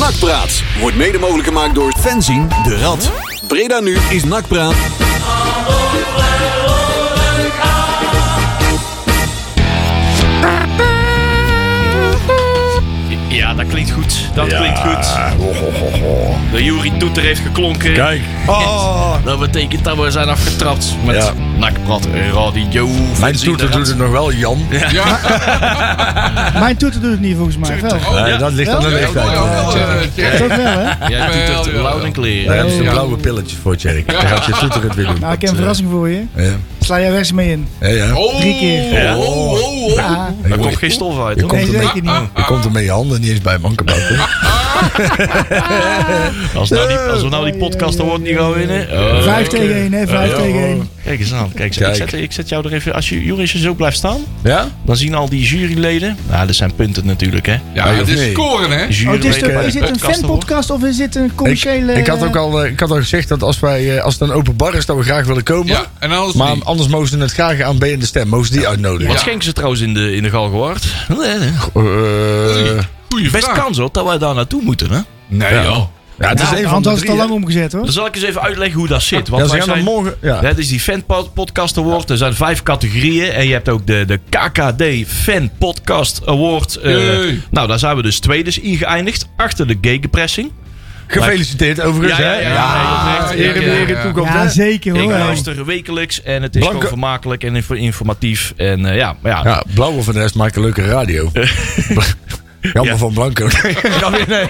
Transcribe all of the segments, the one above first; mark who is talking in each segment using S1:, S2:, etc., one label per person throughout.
S1: Nakpraat wordt mede mogelijk gemaakt door Fenzien de Rad. Breda nu is Nakpraat.
S2: Ja, dat klinkt goed. Dat klinkt goed. De Jury Toeter heeft geklonken.
S3: Kijk.
S4: Oh,
S2: Dat betekent dat we zijn afgetrapt met
S3: Ja.
S2: Nakprat Radio.
S3: Mijn toeter doet het nog wel, Jan.
S4: mijn toeter doet het niet volgens mij. Wel.
S5: Oh,
S3: Nee,
S5: ja.
S3: dat ligt aan de
S5: Ja,
S3: leeftijd.
S5: ja, ja, ja, ja.
S4: Dat wel, hè?
S2: Jij doet het loud en clear.
S3: Daar hebben ze
S4: Ja.
S3: blauwe pilletjes voor, Jerry. Dan gaat je toeter het weer doen.
S4: Nou, ik heb
S3: Dat,
S4: een verrassing voor je.
S3: eh,
S4: Sla jij weg mee in.
S3: Ja, ja.
S5: Oh,
S4: Drie keer.
S2: Ja.
S5: oh, oh, oh.
S4: Ah,
S2: Daar komt geen stof uit.
S3: Je
S2: hoor.
S3: komt,
S4: nee,
S3: ermee,
S4: zeker niet.
S3: je komt ermee je handen niet eens bij mankenbouw.
S2: Als, nou die, als we nou die podcast dan wordt niet gaan winnen. Oh.
S4: Vijf tegen één, hè? Vijf
S3: Ja,
S4: tegen
S3: hoor.
S4: één.
S2: Kijk eens aan. Kijk, eens.
S3: Kijk.
S2: Ik, zet, ik zet jou er even. Als je Joris zo blijft staan,
S3: Ja?
S2: dan zien al die juryleden. Nou, dat zijn punten natuurlijk, hè?
S5: Ja,
S3: Nee,
S5: het
S3: of
S5: is
S3: nee?
S5: scoren, hè?
S2: Juryleden
S4: Oh, het is,
S2: bij
S4: toch,
S2: de
S4: is dit een
S2: podcast Award.
S4: fanpodcast of is dit een
S3: Ik,
S4: commerciële...
S3: ik had ook al, eh, ik had al gezegd dat als, wij, eh, als het een open bar is, dat we graag willen komen.
S5: Ja, en anders
S3: Maar
S5: niet.
S3: anders moesten we het graag aan B en de Stem. Moesten die uitnodigen.
S2: Wat
S5: Ja.
S2: schenken ze trouwens in de, in de Galgenwaard?
S3: Eh,
S5: Goeie
S2: Best
S5: vraag.
S2: kans hoor dat wij daar naartoe moeten, hè?
S5: Nee,
S3: Ja.
S5: joh.
S3: ja, het is
S4: Nou,
S3: een van
S4: want
S3: de
S4: dat is
S3: drie,
S4: te lang
S3: hè.
S4: omgezet, hoor.
S2: Dan zal ik eens even uitleggen hoe dat zit. Want
S3: Ja, ze
S2: wij
S3: gaan dan
S2: zijn,
S3: morgen... Ja.
S2: Het is die fanpodcast award. Er zijn vijf categorieën. En je hebt ook de, de KKD Fan Podcast Award. Eh,
S5: Hey.
S2: nou, daar zijn we dus tweede in geëindigd. Achter de gegenpressing.
S3: Gefeliciteerd overigens, hè?
S2: nee, dat is echt,
S5: ja,
S3: Eer
S2: ik,
S3: en
S2: eh,
S3: weer in
S5: ja.
S3: toekomst, hè?
S4: Ja, zeker,
S2: Ik
S4: hoor.
S2: luister wekelijks en het is
S3: Blanke-
S2: gewoon vermakelijk en info- informatief. En eh, ja, maar ja.
S3: Ja, blauwe van de rest maakt een leuke radio. Jammer van Blanco. Grapje, nee.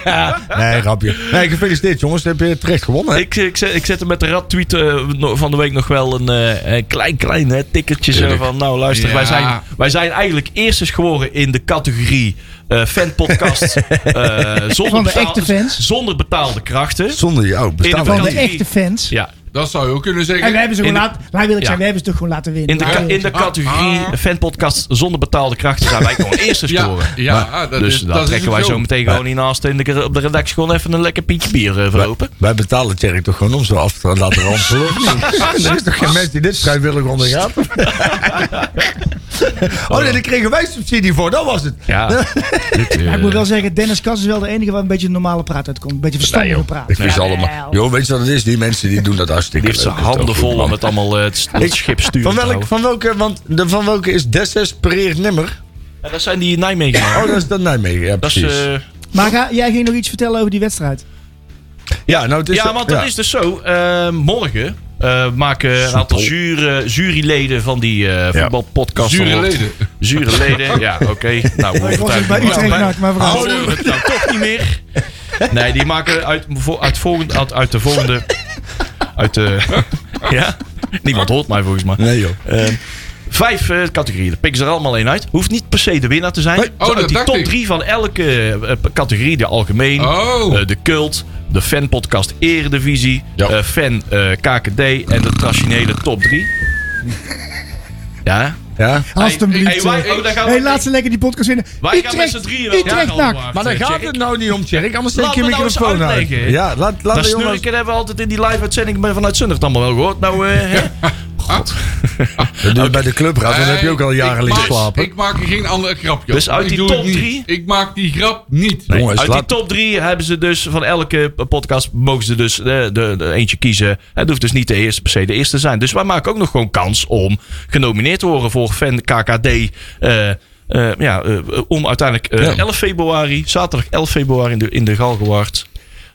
S3: Nee, grapje. Nee, gefeliciteerd jongens. Dan heb je terecht gewonnen. hè?
S2: Ik, ik, zet, ik zet er met de rad tweet eh, no- van de week nog wel een eh, een klein, klein hè, tikkertje zo
S3: Tuurlijk.
S2: van. Nou, luister,
S5: Ja.
S2: wij, zijn, wij zijn eigenlijk eerst eens geworden in de categorie eh fanpodcast. eh, zonder,
S4: Van de
S2: betaal-
S4: echte fans.
S2: zonder betaalde krachten.
S3: Zonder jou bestaan
S2: In
S4: Van
S3: we
S4: de
S3: niet.
S2: Categorie.
S4: echte fans.
S2: Ja,
S5: Dat zou je ook kunnen zeggen.
S4: En we hebben ze
S2: In
S4: gewoon
S2: de-
S4: laten... Laat ik eerlijk
S2: Ja.
S4: zijn, we hebben ze toch gewoon laten winnen.
S2: in de, ca-
S4: Ja.
S2: in de categorie
S5: Ah, ah.
S2: fanpodcast zonder betaalde krachten zijn wij gewoon eerst eens
S5: ja,
S2: geworden.
S5: ja, dat
S2: dus
S5: is,
S2: daar
S5: dat
S2: trekken
S5: is
S2: wij
S5: het
S2: zo meteen gewoon in naast in de, op de redactie gewoon even een lekker pietje bier eh, voor
S3: Wij,
S2: open.
S3: wij betalen Terry toch gewoon om zo af te laten ranselen. er is toch geen mens die dit vrijwillig ondergaat? oh nee, daar kregen wij subsidie voor. Dat was het.
S2: Ja. Dit, eh,
S4: Ja, ik moet wel zeggen, Dennis Kas is wel de enige waar een beetje normale praat uitkomt. Een beetje verstandige praat.
S3: Ik wist
S4: Ja,
S3: allemaal.
S4: wel.
S3: Joh, weet je wat het is? Die mensen die doen dat hartstikke
S2: die heeft zijn
S3: leuk. Dat is
S2: handen
S3: ook goed,
S2: vol
S3: man.
S2: met allemaal eh, het, s- het schip sturen.
S3: Van, welk,
S2: trouwens.
S3: van welke? Want de, van welke is desespereerd nimmer?
S2: Ja, dat zijn die in Nijmegen.
S3: Oh, dat is dan Nijmegen. Ja,
S2: Dat is,
S3: precies.
S2: eh,
S4: Maar ga, jij ging nog iets vertellen over die wedstrijd.
S3: ja, nou, het is
S2: ja, want dat is dus zo. eh, morgen eh, maken een aantal jure- juryleden van die eh voetbalpodcast.
S5: Zure leden.
S2: Zure leden, ja, oké. Nou,
S4: Oh, Ik was
S2: overtuig
S4: bij
S2: me maar.
S4: Utrecht NAC,
S2: Maar
S4: maar vooral.
S2: horen we het nou toch niet meer. Nee, die maken uit, vo- uit, volgende, uit, uit de volgende... Uit de... Ja? Niemand hoort mij volgens mij.
S3: Nee, joh.
S2: Ehm, vijf eh, categorieën. Daar pikken ze er allemaal één uit. Hoeft niet per se de winnaar te zijn.
S3: Nee.
S5: Oh,
S2: Zo uit
S5: dat
S2: die
S5: dacht
S2: top
S5: ik.
S2: drie van elke eh, categorie. De algemeen,
S5: Oh.
S2: eh, de cult, de fanpodcast Eredivisie,
S3: Ja.
S2: eh, fan eh, KKD en de traditionele top drie. Ja.
S3: Ja.
S2: Hey,
S4: Alsjeblieft.
S2: wij-
S4: zeg.
S2: oh, daar gaan we-
S4: eh, Hey, laat ze lekker die podcast winnen.
S2: Wij gaan eh, met
S4: Utrecht,
S2: z'n drieën wel
S4: Utrecht
S2: naar
S4: NAC.
S3: Maar daar gaat het nou niet om, Tjerk. Anders steek
S2: Laat
S3: je
S2: me nou eens
S3: microfoon uit.
S2: uitleggen.
S3: Ja, laat, laat
S2: Dat
S3: de jongens...
S2: snurken hebben we altijd in die live-uitzending maar vanuit Zundert allemaal wel gehoord. Nou, eh, hè? God.
S3: Dat doe je bij de clubraad, want dan heb je ook al
S5: Ik
S3: jaren liggen
S5: maak-
S3: slapen.
S5: Ik maak er geen ander grapje op.
S2: Dus uit
S5: Ik
S2: die
S5: doe het
S2: top
S5: niet.
S2: drie?
S5: Ik maak die grap niet.
S3: Nee. Jongens,
S2: uit
S3: laat-
S2: die top drie hebben ze dus van elke podcast mogen ze dus eh, de, de eentje kiezen. Het hoeft dus niet de eerste per se de eerste te zijn. Dus wij maken ook nog gewoon kans om genomineerd te worden voor fan KKD. eh, eh, ja, eh, om uiteindelijk eh,
S3: Ja.
S2: 11 februari, zaterdag 11 februari in de, in de Galgenwaard.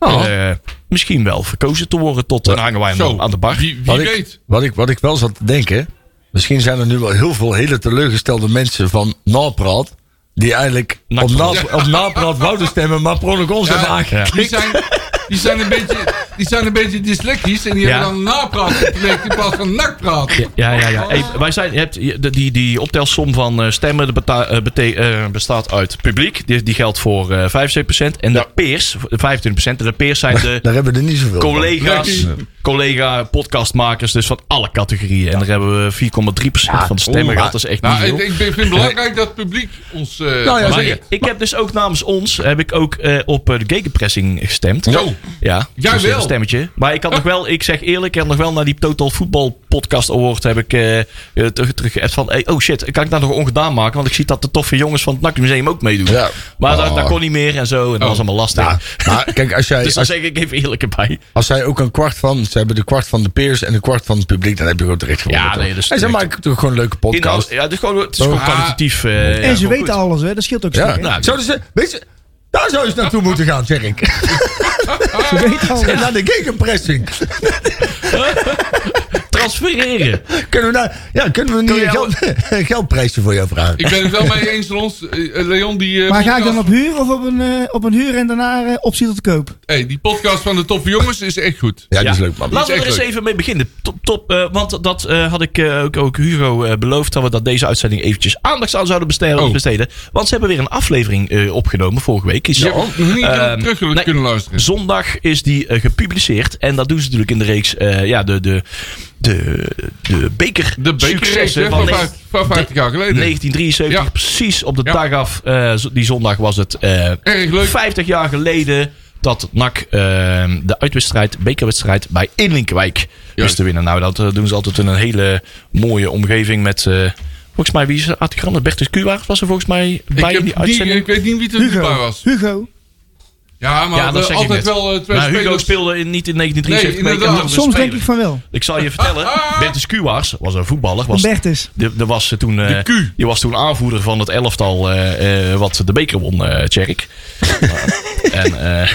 S3: Oh.
S2: eh, misschien wel verkozen te worden tot. Dan hangen wij
S5: Zo,
S2: aan, aan de bar.
S5: Wie, wie
S3: Wat ik,
S5: weet.
S3: wat, ik, wat ik wel zat te denken... Misschien zijn er nu wel heel veel hele teleurgestelde mensen van Napraat... die eigenlijk
S2: Nak-
S3: op, na, op Napraat wouden stemmen... maar per ongeluk ons hebben aangeklikt.
S5: die, zijn, die, zijn een beetje, die zijn een beetje dyslectisch en die
S2: Ja.
S5: hebben dan napraat gepleegd in plaats van nakpraat.
S2: Ja, ja, ja. Hey, wij zijn, je hebt, je- de- die, die optelsom van eh, stemmen de beta- eh, bete- eh, bestaat uit publiek. Die, die geldt voor eh 75%. En de peers, 25%. En de peers zijn de
S3: Daar hebben we er niet zoveel van.
S2: collega's,
S5: Lekker.
S2: collega podcastmakers, dus van alle categorieën. En daar hebben we 4,3% van de stemmen gehad. Dat is echt niet
S5: Nou,
S2: veel.
S5: ik, ik vind het belangrijk dat het publiek ons... eh
S3: Nou ja,
S2: Maar
S3: zeker.
S2: ik, ik heb dus ook namens ons heb ik ook eh, op eh, de gegenpressing gestemd.
S5: Zo,
S2: Ja,
S5: Jij
S2: dus dat
S5: wel.
S2: is stemmetje. Maar ik had nog wel, ik zeg eerlijk, ik had nog wel naar die Total Football Podcast Award heb ik eh, eh, terug, teruggeappt van, hey, oh shit, kan ik dat nog ongedaan maken? Want ik zie dat de toffe jongens van het NAC Museum ook meedoen.
S3: Ja.
S2: Maar dat,
S3: Oh.
S2: dat kon niet meer en zo. En
S5: Oh.
S2: dat was allemaal lastig.
S3: Ja, maar kijk, als jij,
S2: Dus daar
S3: als,
S2: zeg ik even eerlijk bij.
S3: als zij ook een kwart van... Ze hebben de kwart van de peers en een kwart van het publiek. Dan heb je gewoon terecht gewonnen.
S2: Ja, nee,
S3: toch?
S2: dat is
S3: en ze
S2: terecht.
S3: maken toch gewoon een leuke
S2: Inhoud,
S3: podcast.
S2: ja, het is gewoon, het is gewoon
S3: Ah.
S2: kwalitatief. eh, ja,
S4: en ze
S2: gewoon
S4: weten
S2: goed.
S4: alles, hè? Dat scheelt ook
S3: Ja,
S4: zeker.
S2: Nou,
S3: zouden ze... Weet je, daar zou je eens naartoe moeten gaan, zeg ik.
S4: Ze weten alles.
S3: En dan de gegenpressing.
S2: Transfereren.
S3: Kunnen we, daar, ja, kunnen we niet
S2: je
S3: een
S2: al-
S3: geld, een geldprijsje voor jou vragen?
S5: Ik ben het wel mee eens, Rons. Eh, eh, Leon, die... eh,
S4: Maar ga ik dan op
S5: podcast-
S4: huur of op een, eh, op een huur en daarna eh, optie tot koop?
S5: hey, die podcast van de toffe jongens is echt goed.
S3: ja, die is
S2: Ja.
S3: leuk, man.
S2: Laten we
S5: Die
S2: er
S5: is
S2: eens
S5: echt
S2: even mee beginnen. Top, top, eh, want dat eh, had ik eh, ook, ook Hugo eh, beloofd. Dat we dat deze uitzending eventjes aandacht aan zouden besteden.
S5: Oh.
S2: besteden. Want ze hebben weer een aflevering eh, opgenomen vorige week. Is
S5: Je hebt ook nog niet
S2: Ehm,
S5: terug kunnen
S2: nee.
S5: luisteren.
S2: Zondag is die eh, gepubliceerd. En dat doen ze natuurlijk in de reeks. eh, ja, de, de, de, de beker.
S5: De bekerrace
S2: successen
S5: hè, van,
S2: negen-
S5: vijf- van 50 jaar geleden.
S2: 1973,
S5: Ja.
S2: precies op de
S5: Ja.
S2: dag af, eh, zo- die zondag was het eh,
S5: Erg leuk.
S2: 50 jaar geleden dat NAC eh, de uitwedstrijd, bekerwedstrijd bij Inlinkwijk wist
S5: Juist.
S2: te winnen. Nou, dat eh, doen ze altijd in een hele mooie omgeving met, eh, volgens mij, wie is het? Bertus Bertus Kuwaert was er volgens mij
S5: Ik,
S2: bij in
S5: heb
S2: die
S5: die,
S2: uitzending.
S5: ik weet niet wie er bij
S4: Hugo.
S5: was.
S4: Hugo.
S5: Ja, maar
S2: ja, dat
S5: eh,
S2: zeg ik
S5: altijd
S2: net.
S5: wel eh, twee
S2: maar Hugo
S5: spelers.
S2: speelde in, niet in 1973
S5: Nee,
S2: mee.
S5: inderdaad. Ah.
S2: Andere
S4: Soms denk
S2: speler.
S4: ik van wel.
S2: Ik zal je vertellen, Bertus Kuwaars was een voetballer. Was,
S4: Bertus.
S2: de, de was toen, eh,
S5: De Q.
S2: die was toen aanvoerder van het elftal eh, eh, wat de beker won, eh Tjerk. en eh,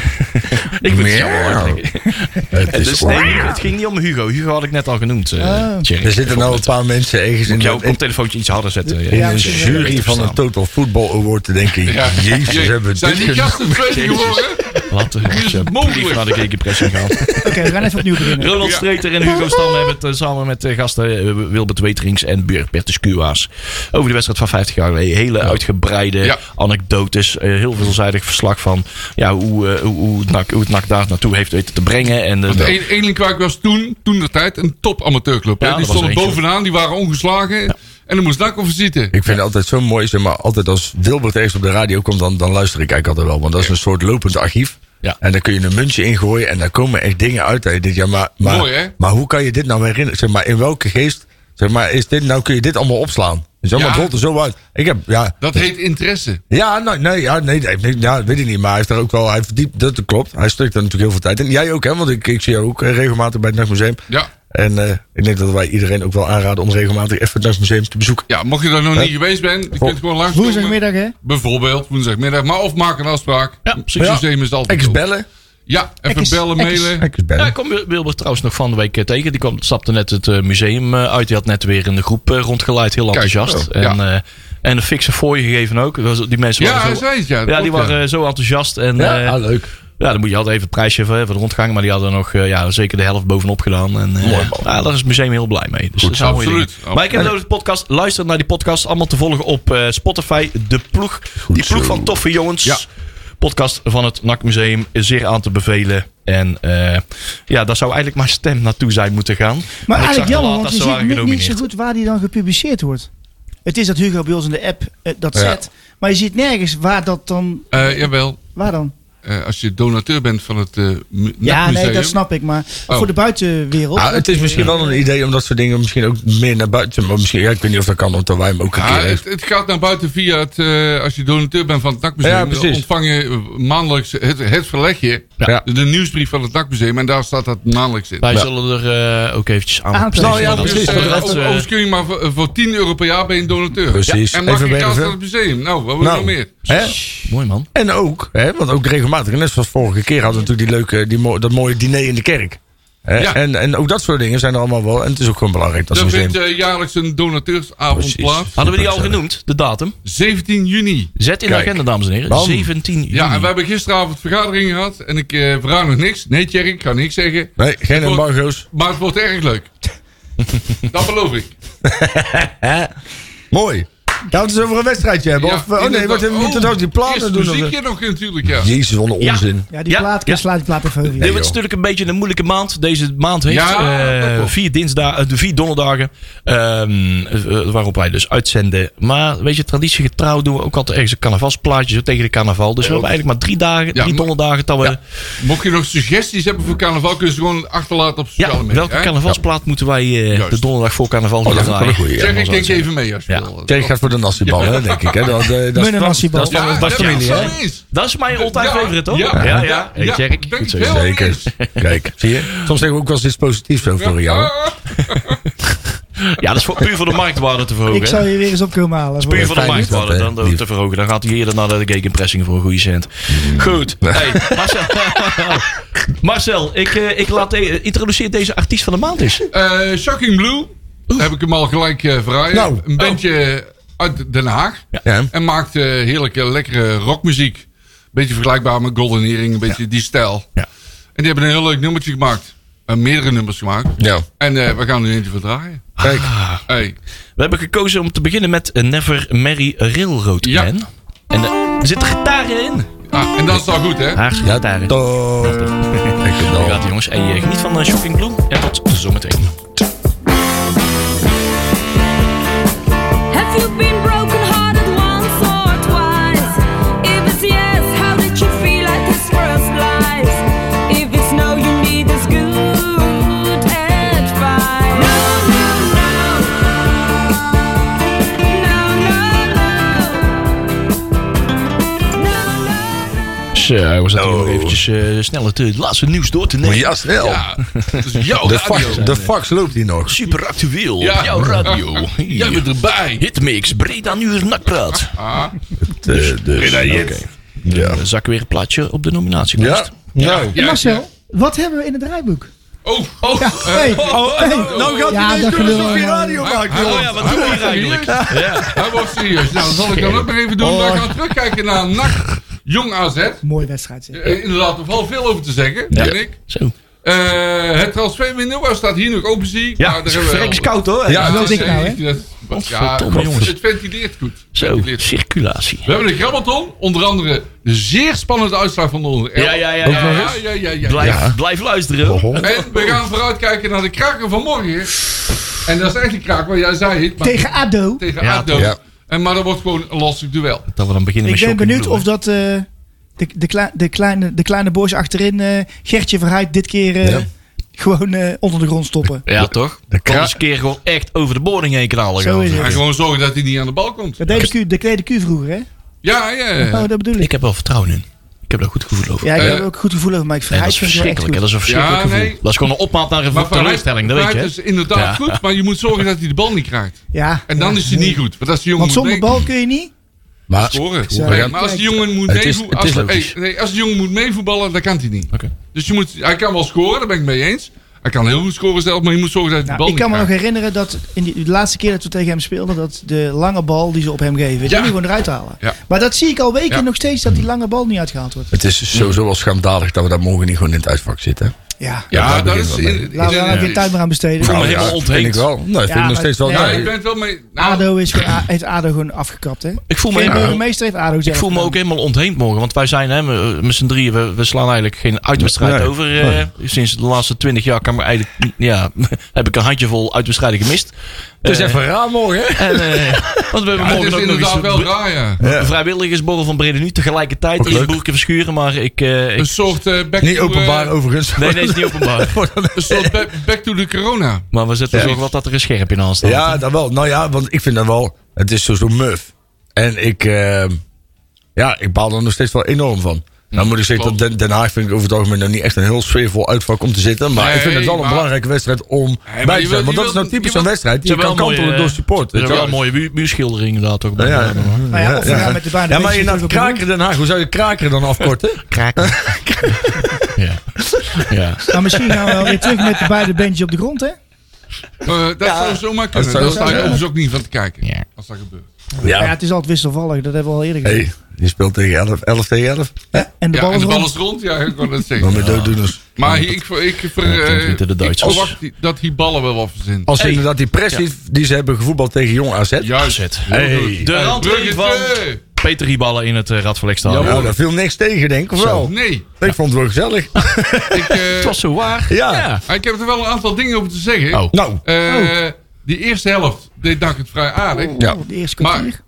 S2: ik moet het zo wel uitleggen.
S3: Het is
S2: Dus nee, het ging niet om Hugo. Hugo had ik net al genoemd, eh
S4: Ah.
S2: Tjerk.
S3: er zitten nou een paar mensen ergens in,
S2: Moet je
S3: de-
S2: ook op telefoontje iets harder zetten. eh,
S3: in
S4: Ja,
S3: een
S4: misschien wel.
S3: jury van een
S2: Verstaan.
S3: Total Football Award te denken.
S5: Ja.
S3: Jezus,
S5: Jee,
S3: hebben we
S5: Zijn
S3: dit
S5: die
S3: gedaan?
S5: gasten tweede geworden?
S2: Laten we
S5: is het
S2: alsjeblieft
S5: mogelijk?
S2: naar de gegenpressing gaan.
S4: Oké, we gaan even opnieuw beginnen.
S2: Ronald
S5: Ja.
S2: Streeter en Hugo Stam hebben het eh, samen met eh, gasten eh, Wilbert Weterings en Bert- Bertus Kuwaas over de wedstrijd van 50 jaar geleden. Hele uitgebreide
S5: Ja.
S2: anekdotes, eh, heel veelzijdig verslag van ja, hoe, eh, hoe, hoe, het NAC, hoe het NAC daar naartoe heeft weten te brengen. En, eh,
S5: De Ed- Edelkwijk was toen, toen de tijd, een top amateurclub. hè.
S2: Ja,
S5: die
S2: dat was
S5: stonden
S2: eentje.
S5: bovenaan, die waren ongeslagen. En dan moest Dak over zitten.
S3: Ik vind het altijd zo mooi, zeg maar, altijd als Wilbert ergens op de radio komt, dan, dan luister ik eigenlijk altijd wel. Want dat is een soort lopend archief.
S2: Ja.
S3: En daar kun je een muntje in gooien en daar komen echt dingen uit. Dat je denkt, ja, maar, maar,
S5: Mooi, hè?
S3: maar hoe kan je dit nou herinneren? Zeg maar, in welke geest, zeg maar, is dit, nou kun je dit allemaal opslaan? Zeg maar,
S5: Ja.
S3: het rolt er zo uit. Ik heb, ja,
S5: Dat heet interesse.
S3: Ja, nou, nee, ja, nee, nee, nee, ja, weet ik niet. Maar hij heeft er ook wel, hij verdiept, dat klopt. Hij steekt er natuurlijk heel veel tijd in. Jij ook, hè? Want ik, ik zie jou ook eh, regelmatig bij het Nachtmuseum.
S5: Ja.
S3: En eh, ik denk dat wij iedereen ook wel aanraden om regelmatig even het Nachtmuseum te bezoeken.
S5: ja, mocht je daar nog
S3: Hè?
S5: niet geweest bent, je kunt gewoon langs.
S4: Woensdagmiddag, hè?
S5: Bijvoorbeeld woensdagmiddag. Maar of maak een afspraak.
S2: Ja,
S5: het
S2: precies.
S5: systeem is altijd
S3: Ex
S5: open.
S3: bellen.
S5: Ja, even
S4: Ekkes,
S5: bellen,
S4: ekkes.
S5: mailen.
S3: Ex
S2: Ja,
S3: bellen.
S2: ik kwam Wil- Wilbert trouwens nog van de week eh, tegen. Die kwam, stapte net het eh, museum eh, uit. Die had net weer een groep eh, rondgeleid. Heel enthousiast.
S5: oh, ja.
S2: en, eh, en een fikse fooi gegeven ook. Dat was- Die mensen
S5: Ja,
S2: waren
S5: hij
S2: zo...
S5: zei het, ja. dat
S2: Ja, die
S5: klopt,
S2: waren eh, zo enthousiast. En,
S3: Ja,
S2: eh,
S3: ah, leuk.
S2: Ja, dan moet je altijd even het prijsje voor, voor de rondgang. Maar die hadden nog eh, ja, zeker de helft bovenop gedaan. En, eh,
S3: Mooi, man.
S2: ja, daar is het museum heel blij mee. Dus dat zijn mooie
S5: absoluut.
S2: dingen. Maar ik heb het over de podcast. Luister naar die podcast. Allemaal te volgen op eh, Spotify. De ploeg. die ploeg van toffe jongens.
S5: Ja.
S2: Podcast van het NAC Museum. is Zeer aan te bevelen. En eh, ja, daar zou eigenlijk mijn stem naartoe zijn moeten gaan.
S4: Maar
S2: ik zag
S4: eigenlijk
S2: te
S4: jammer,
S2: laat dat
S4: want je
S2: ze
S4: ziet
S2: waren
S4: niet, niet zo
S2: genomineerd.
S4: goed waar die dan gepubliceerd wordt. Het is dat Hugo bij ons in de app eh, dat
S3: Ja.
S4: zet. Maar je ziet nergens waar dat dan...
S5: Eh, jawel.
S4: Waar dan?
S5: Eh, als je donateur bent van het eh, mu-
S4: Ja, nee,
S5: museum.
S4: dat snap ik. Maar
S5: Oh.
S4: voor de buitenwereld...
S3: Ah, het is misschien wel een idee om dat soort dingen misschien ook meer naar buiten. Maar misschien, ja, ik weet niet of dat kan, omdat wij hem ook een
S5: Ja,
S3: keer
S5: het,
S3: heeft.
S5: het gaat naar buiten via het, eh, als je donateur bent van het NAC Museum,
S3: Ja,
S5: dan
S3: precies.
S5: ontvang je eh, maandelijks het, het verlegje,
S3: Ja.
S5: de, de nieuwsbrief van het NAC Museum, en daar staat dat maandelijks in.
S2: Wij
S3: Ja.
S2: zullen er eh, ook eventjes aan.
S4: Aan-
S2: besteden.
S4: Nou ja,
S2: Dat-
S3: ah, precies,
S2: dat-
S5: Eh,
S2: dat-
S5: over-
S2: eh,
S5: Overigens kun je maar voor, voor 10 euro per jaar ben je een donateur.
S3: Precies.
S5: En mag
S3: Even
S5: je kans
S3: bergen.
S5: aan het museum. Nou, wat wil je
S3: Nou.
S5: nog meer?
S3: Hè?
S2: Mooi man.
S3: En ook, hè, want ook regelmatig, net zoals vorige keer hadden we natuurlijk die leuke, die, mo- dat mooie diner in de kerk. Hè?
S5: Ja.
S3: En, en ook dat soort dingen zijn er allemaal wel. En het is ook gewoon belangrijk dat
S5: Er
S3: zo'n museum.
S5: vindt eh, jaarlijks een donateursavond
S3: Precies.
S5: plaats.
S2: Hadden we die al
S3: Supergezellig.
S2: genoemd, de datum?
S5: 17 juni.
S2: Zet in
S3: Kijk.
S2: de agenda, dames en heren.
S3: Dan.
S2: 17 juni.
S5: Ja, en we hebben gisteravond vergadering gehad. En ik eh vraag nog niks. Nee, Thierry, ik ga niks zeggen.
S3: Nee, geen
S5: Voor-
S3: embargo's.
S5: Maar het wordt erg leuk. dat beloof ik.
S3: Mooi. Ja, want het is over een wedstrijdje hebben.
S5: Ja,
S3: of, eh, oh nee,
S5: inderdaad.
S3: wat, we moeten
S5: Oh,
S3: ook die platen
S5: eerst
S3: doen. of-
S5: muziekje nog natuurlijk, ja.
S3: Jezus, wat een
S2: Ja.
S3: onzin.
S4: Ja, die
S2: Ja,
S4: plaat,
S2: ja.
S4: slaat die plaat even over.
S2: Dit
S3: joh.
S2: was natuurlijk een beetje een moeilijke maand. Deze maand heeft
S5: Ja,
S2: eh,
S5: dat klopt.
S2: vier, dinsda- eh, de vier donderdagen. ehm, eh, waarop wij dus uitzenden. Maar weet je, traditiegetrouw doen we ook altijd ergens een carnavalsplaatje. Zo tegen de carnaval. Dus we hebben eigenlijk maar drie dagen,
S5: Ja,
S2: drie
S5: maar-
S2: donderdagen. Dat we, ja,
S5: Mocht je nog suggesties hebben voor carnaval, kun je ze gewoon achterlaten op sociale media.
S2: welke
S5: hè?
S2: carnavalsplaat moeten wij eh,
S5: Juist.
S2: de donderdag voor carnaval gaan
S3: dat is wel
S2: draaien?
S3: een goeie, ja.
S5: Zeg, ik
S2: Carnaval
S5: denk
S2: zou
S5: even mee als je
S2: Ja.
S5: wil.
S3: Terry gaat voor de nassibal, hè, denk ik. Hè. Dat, eh, dat is
S4: Munnen
S3: Frans-
S4: nassibal.
S3: dat is Frans-
S2: Ja,
S3: dat is
S2: ja.
S3: familie, hè?
S5: zo is.
S2: Dat is mijn all-time
S5: Ja,
S2: favorite, toch?
S5: ja,
S2: ja.
S5: ja,
S2: Hey,
S5: ja.
S2: Tjerk,
S5: Denk
S2: goed zo.
S5: ik wel.
S3: Zeker. Kijk, zie je? Soms zeggen we ook wel eens iets positiefs over
S5: Ja. Ah,
S3: voor jou. hè.
S2: Ja, dat is voor, puur voor de marktwaarde te verhogen.
S4: Ik
S2: hè?
S4: zou je weer eens op kunnen halen. voor-
S2: Puur van de
S3: Fijn is
S2: marktwaarde
S3: dat, hè?
S2: dan de- te
S3: Lief.
S2: verhogen. Dan gaat hij eerder naar de gegenpressing voor een goede cent. Goed. Hey, Marcel. Marcel, ik, eh, ik laat de- introduceer deze artiest van de maand eens.
S5: Eh, Shocking Blue. Heb ik hem al gelijk eh verraaien.
S3: Nou.
S5: een bandje uit Den Haag.
S3: Ja.
S5: En maakt eh, heerlijke, lekkere rockmuziek. Beetje vergelijkbaar met Golden Earring. Een beetje die stijl.
S2: Ja.
S5: En die hebben een heel leuk nummertje gemaakt. En meerdere nummers gemaakt.
S3: Ja.
S5: En eh, we gaan nu eentje voor draaien.
S3: Kijk.
S5: Hey.
S2: We hebben gekozen om te beginnen met eh, Never Marry a Railroad
S5: Ja.
S2: Man. En eh, er zit een gitaar in.
S5: Ah, en dat is al goed, hè?
S2: Haagse
S3: Ja,
S2: gitaar. Nu
S3: toch. Ik heb het al.
S2: gaat hij, jongens. En je geniet van eh, Shocking Blue. En tot zometeen.
S6: Have you been broken-hearted once or twice? If it's yes, how did you feel at this first life? If it's no, you need this good advice. No, no, no. No, no, no. No, no.
S2: Zo, we zaten hier nog
S3: Oh.
S2: eventjes eh, snel het eh, laatste nieuws door te nemen.
S3: Ja, snel.
S5: Ja. Dat is jouw
S3: De
S5: radio.
S3: fax, de fax loopt hier nog.
S2: Super actueel
S5: Ja.
S2: op jouw radio.
S5: Jij bent erbij.
S2: Hitmix, Breda nu er nakpraat.
S5: Ah,
S3: De, dus,
S5: Yes.
S3: oké. Ja.
S2: Dan zak ik weer een plaatje op de nominatielijst.
S3: Ja. Nou.
S5: Ja,
S4: Marcel, wat hebben we in het draaiboek?
S5: Oh, oh.
S4: Ja, hey, hey.
S3: Nou gaat
S4: Ja,
S3: hij
S4: dat
S3: ineens doen alsof
S4: gelul, eh,
S3: je
S4: ja.
S3: radio maakt,
S5: Oh
S3: joh.
S5: ja, wat doen we hier eigenlijk?
S2: Ja.
S5: Hij was serieus. Nou, dat zal ik dan ook maar even doen. We gaan terugkijken naar NAC Jong AZ.
S4: Mooie wedstrijd. zeg.
S5: Eh, Inderdaad, er valt veel over te zeggen, ja. ik.
S2: Zo.
S5: Eh, het transferwindow staat hier nog open, zie ik.
S2: Ja,
S5: Maar daar
S2: het is
S5: hebben we
S2: verrekjes
S5: al-
S2: koud hoor.
S3: Ja,
S5: Ja,
S4: dat
S5: het
S4: is
S5: is
S4: ik nou,
S5: echt-
S4: hè?
S5: dat- Ja,
S2: Godverdomme, jongens.
S5: het ventileert goed. Het
S2: Zo,
S5: ventileert goed.
S2: circulatie.
S5: We hebben de grabbelton. Onder andere de zeer spannende uitslag van de onder
S2: Ja, ja, ja,
S5: Ja,
S2: ja, ja.
S5: ja, ja, ja, ja.
S2: Blijf,
S3: Ja.
S2: blijf luisteren.
S3: Oh, oh.
S5: En we gaan vooruitkijken naar de kraker van morgen. En dat is echt een kraak, want jij zei het. maar
S4: Tegen ADO.
S5: tegen
S2: Ja,
S5: ADO.
S3: ja.
S5: En, maar dat wordt gewoon een lastig duel.
S2: Dat we dan beginnen
S4: Ik
S2: met
S4: ben
S2: Shocking
S4: benieuwd
S2: Blue,
S4: of
S2: hè.
S4: dat eh, de, de, klei- de, kleine, de kleine boys achterin, eh, Gertje Verheid, dit keer eh,
S3: Ja.
S4: gewoon eh, onder de grond stoppen.
S2: Ja, toch? Kan
S3: De kra-
S2: eens een keer gewoon echt over de boarding heen knallen.
S4: Zo
S2: gewoon.
S4: is
S5: En
S4: het.
S5: gewoon zorgen dat hij niet aan de bal komt.
S4: Dat deed de, Q, dat deed de Q vroeger, hè?
S5: Ja, ja. ja.
S4: Oh, dat bedoel ik.
S2: Ik heb wel vertrouwen in. Ik heb daar goed gevoel over.
S4: Ja, ik
S5: Eh,
S4: heb er ook goed gevoel over, maar ik
S2: Nee, dat
S4: Verheid
S2: is
S4: vind ik wel echt
S2: verschrikkelijk. hè.
S4: goed.
S2: Dat is een verschrikkelijk
S5: Ja,
S2: gevoel.
S5: nee.
S2: Dat is gewoon een opmaat naar een teleurstelling, dat weet je. hè.
S5: Het is inderdaad
S2: Ja.
S5: goed, maar je moet zorgen dat hij de bal niet krijgt.
S4: Ja.
S5: En dan
S4: Ja.
S5: is hij niet goed. Want als die jongen
S4: Want zonder
S5: moet
S4: bal kun je niet.
S3: Maar
S5: scoren.
S4: Ja,
S5: Nee,
S4: ja.
S5: maar als die jongen moet
S3: Het is-
S5: meevoetballen,
S3: het is
S5: als,
S3: logisch.
S5: hey, nee, als die jongen moet meevoetballen, dan kan hij niet.
S2: Oké.
S5: Dus je moet, hij kan wel scoren, daar ben ik mee eens. Hij kan heel goed scoren zelf, maar je moet zorgen dat hij de bal
S4: Nou, ik kan me
S5: niet
S4: nog
S5: krijgt.
S4: herinneren dat in die, de laatste keer dat we tegen hem speelden, dat de lange bal die ze op hem geven, die
S5: Ja.
S4: moet je gewoon eruit halen.
S5: Ja.
S4: Maar dat zie ik al weken
S5: Ja.
S4: nog steeds, dat die lange bal niet uitgehaald wordt.
S3: het is sowieso wel schandalig dat we daar morgen niet gewoon in het uitvak zitten.
S4: Ja.
S5: Ja,
S3: Ja,
S5: dat
S3: daar
S5: is...
S3: begin ik wel
S5: is-
S4: Laten we daar
S5: is-
S4: geen tijd meer aan besteden.
S2: Nou,
S4: Ik
S2: helemaal
S3: dat
S2: ontheemd.
S3: vind ik wel. Nee, dat vind ik
S4: Ja,
S3: nog steeds wel.
S4: maar-
S5: Ja,
S4: Nee.
S5: ik ben het wel mee...
S4: bedoel,
S5: nou,
S4: ADO is, gewoon- heeft ADO gewoon afgekapt, hè?
S2: Ik voel me
S4: Geen
S2: helemaal...
S4: burgemeester heeft ADO
S2: Ik
S4: zelf
S2: voel me
S4: gedaan.
S2: ook helemaal ontheemd morgen. Want wij zijn hè, met- met z'n drieën, we, we slaan eigenlijk geen uitwedstrijd
S3: Nee,
S2: over. eh, Sinds de laatste twintig jaar kan ik me eigenlijk, ja, heb ik een handjevol uitwedstrijden gemist.
S3: Het is
S2: Eh,
S3: Dus even dus raar morgen, hè?
S2: en, eh, want we hebben
S5: Het
S2: morgen
S5: is
S2: ook nog
S5: inderdaad
S2: eens
S5: wel
S2: wel
S5: raar, ja.
S2: vrijwilligersborrel van Breda nu tegelijkertijd.
S3: Ook
S2: in de
S3: leuk. Dus-
S2: boerken verschuren, maar ik... eh,
S5: Een
S2: ik
S5: soort eh, back
S3: Niet
S5: to, eh,
S3: openbaar overigens.
S2: nee, nee, is niet openbaar.
S5: Een soort ba- back to the corona.
S2: Maar we zetten
S3: Ja.
S2: zorg wel dat er een scherp in aan staat.
S3: Ja, dat wel. Nou ja, want ik vind dat wel... Het is sowieso muf. En ik... eh, ja, ik baal er nog steeds wel enorm van. Nou moet ik zeggen dat Den, Den Haag vind ik over het algemeen nog niet echt een heel sfeervol uitvak om te zitten. Maar
S5: Nee,
S3: ik vind het wel een
S5: maar-
S3: belangrijke wedstrijd om
S5: maar
S3: bij
S5: je
S3: te zijn.
S5: wil-
S3: Want
S5: je
S3: dat is nou
S5: wil-
S3: typisch
S5: je
S3: zo'n
S5: wil-
S3: wedstrijd.
S2: Ze
S3: Die
S2: hebben
S3: kan
S2: wel mooie,
S3: kampelen door support.
S2: Er
S3: weet
S2: zijn
S3: je
S2: wel
S3: wel.
S2: een mooie bu- buurschilderingen inderdaad ook.
S3: Ja, ja.
S4: Nou ja, of we gaan met de baan.
S3: Ja, maar je naar kraken Den Haag. Hoe zou je kraken dan afkorten?
S2: Kraken. ja. ja.
S4: Maar misschien gaan we wel weer terug met de beide bandjes op de grond, hè?
S5: Eh, dat zou zomaar kunnen.
S3: zou
S5: Daar sta ik
S3: kunnen.
S5: overigens ook niet van te kijken.
S2: Ja.
S5: Als dat gebeurt.
S4: Ja, het is altijd wisselvallig. Dat hebben we al eerder gezien.
S3: Hey, Je speelt tegen 11, 11 tegen 11.
S4: En de
S5: Ja,
S4: bal
S5: en
S4: is
S5: de bal
S4: rond.
S5: is rond. Ja, ik wou dat
S3: Maar
S5: zeggen.
S3: met dooddoeners.
S5: Maar hier- ik, ik, ver-
S2: Ja, dat klinkt
S5: eh,
S2: weer te de
S5: ik
S2: Duitsers.
S5: verwacht die- dat die ballen wel wat verzint.
S3: Als inderdaad die press die, die ze hebben gevoetbald tegen Jong AZ.
S5: Juist.
S2: Zet.
S5: Heel goed.
S2: De
S5: Eh,
S2: randring van
S5: Bruggetje.
S2: Peter Rieballen in het uh, Radverlegstadion.
S3: Nou, daar viel niks tegen, denk ik. Of wel?
S5: Nee.
S3: Ik vond het wel gezellig.
S5: Ik, eh,
S2: Het was zo waar.
S3: Ja.
S5: ik heb er wel een aantal dingen over te zeggen.
S2: Oh.
S3: Nou,
S5: Eh, die eerste helft deed dacht ik het vrij aardig.
S3: Ja.
S4: Oh, De eerste
S5: Maar-
S4: kwartier.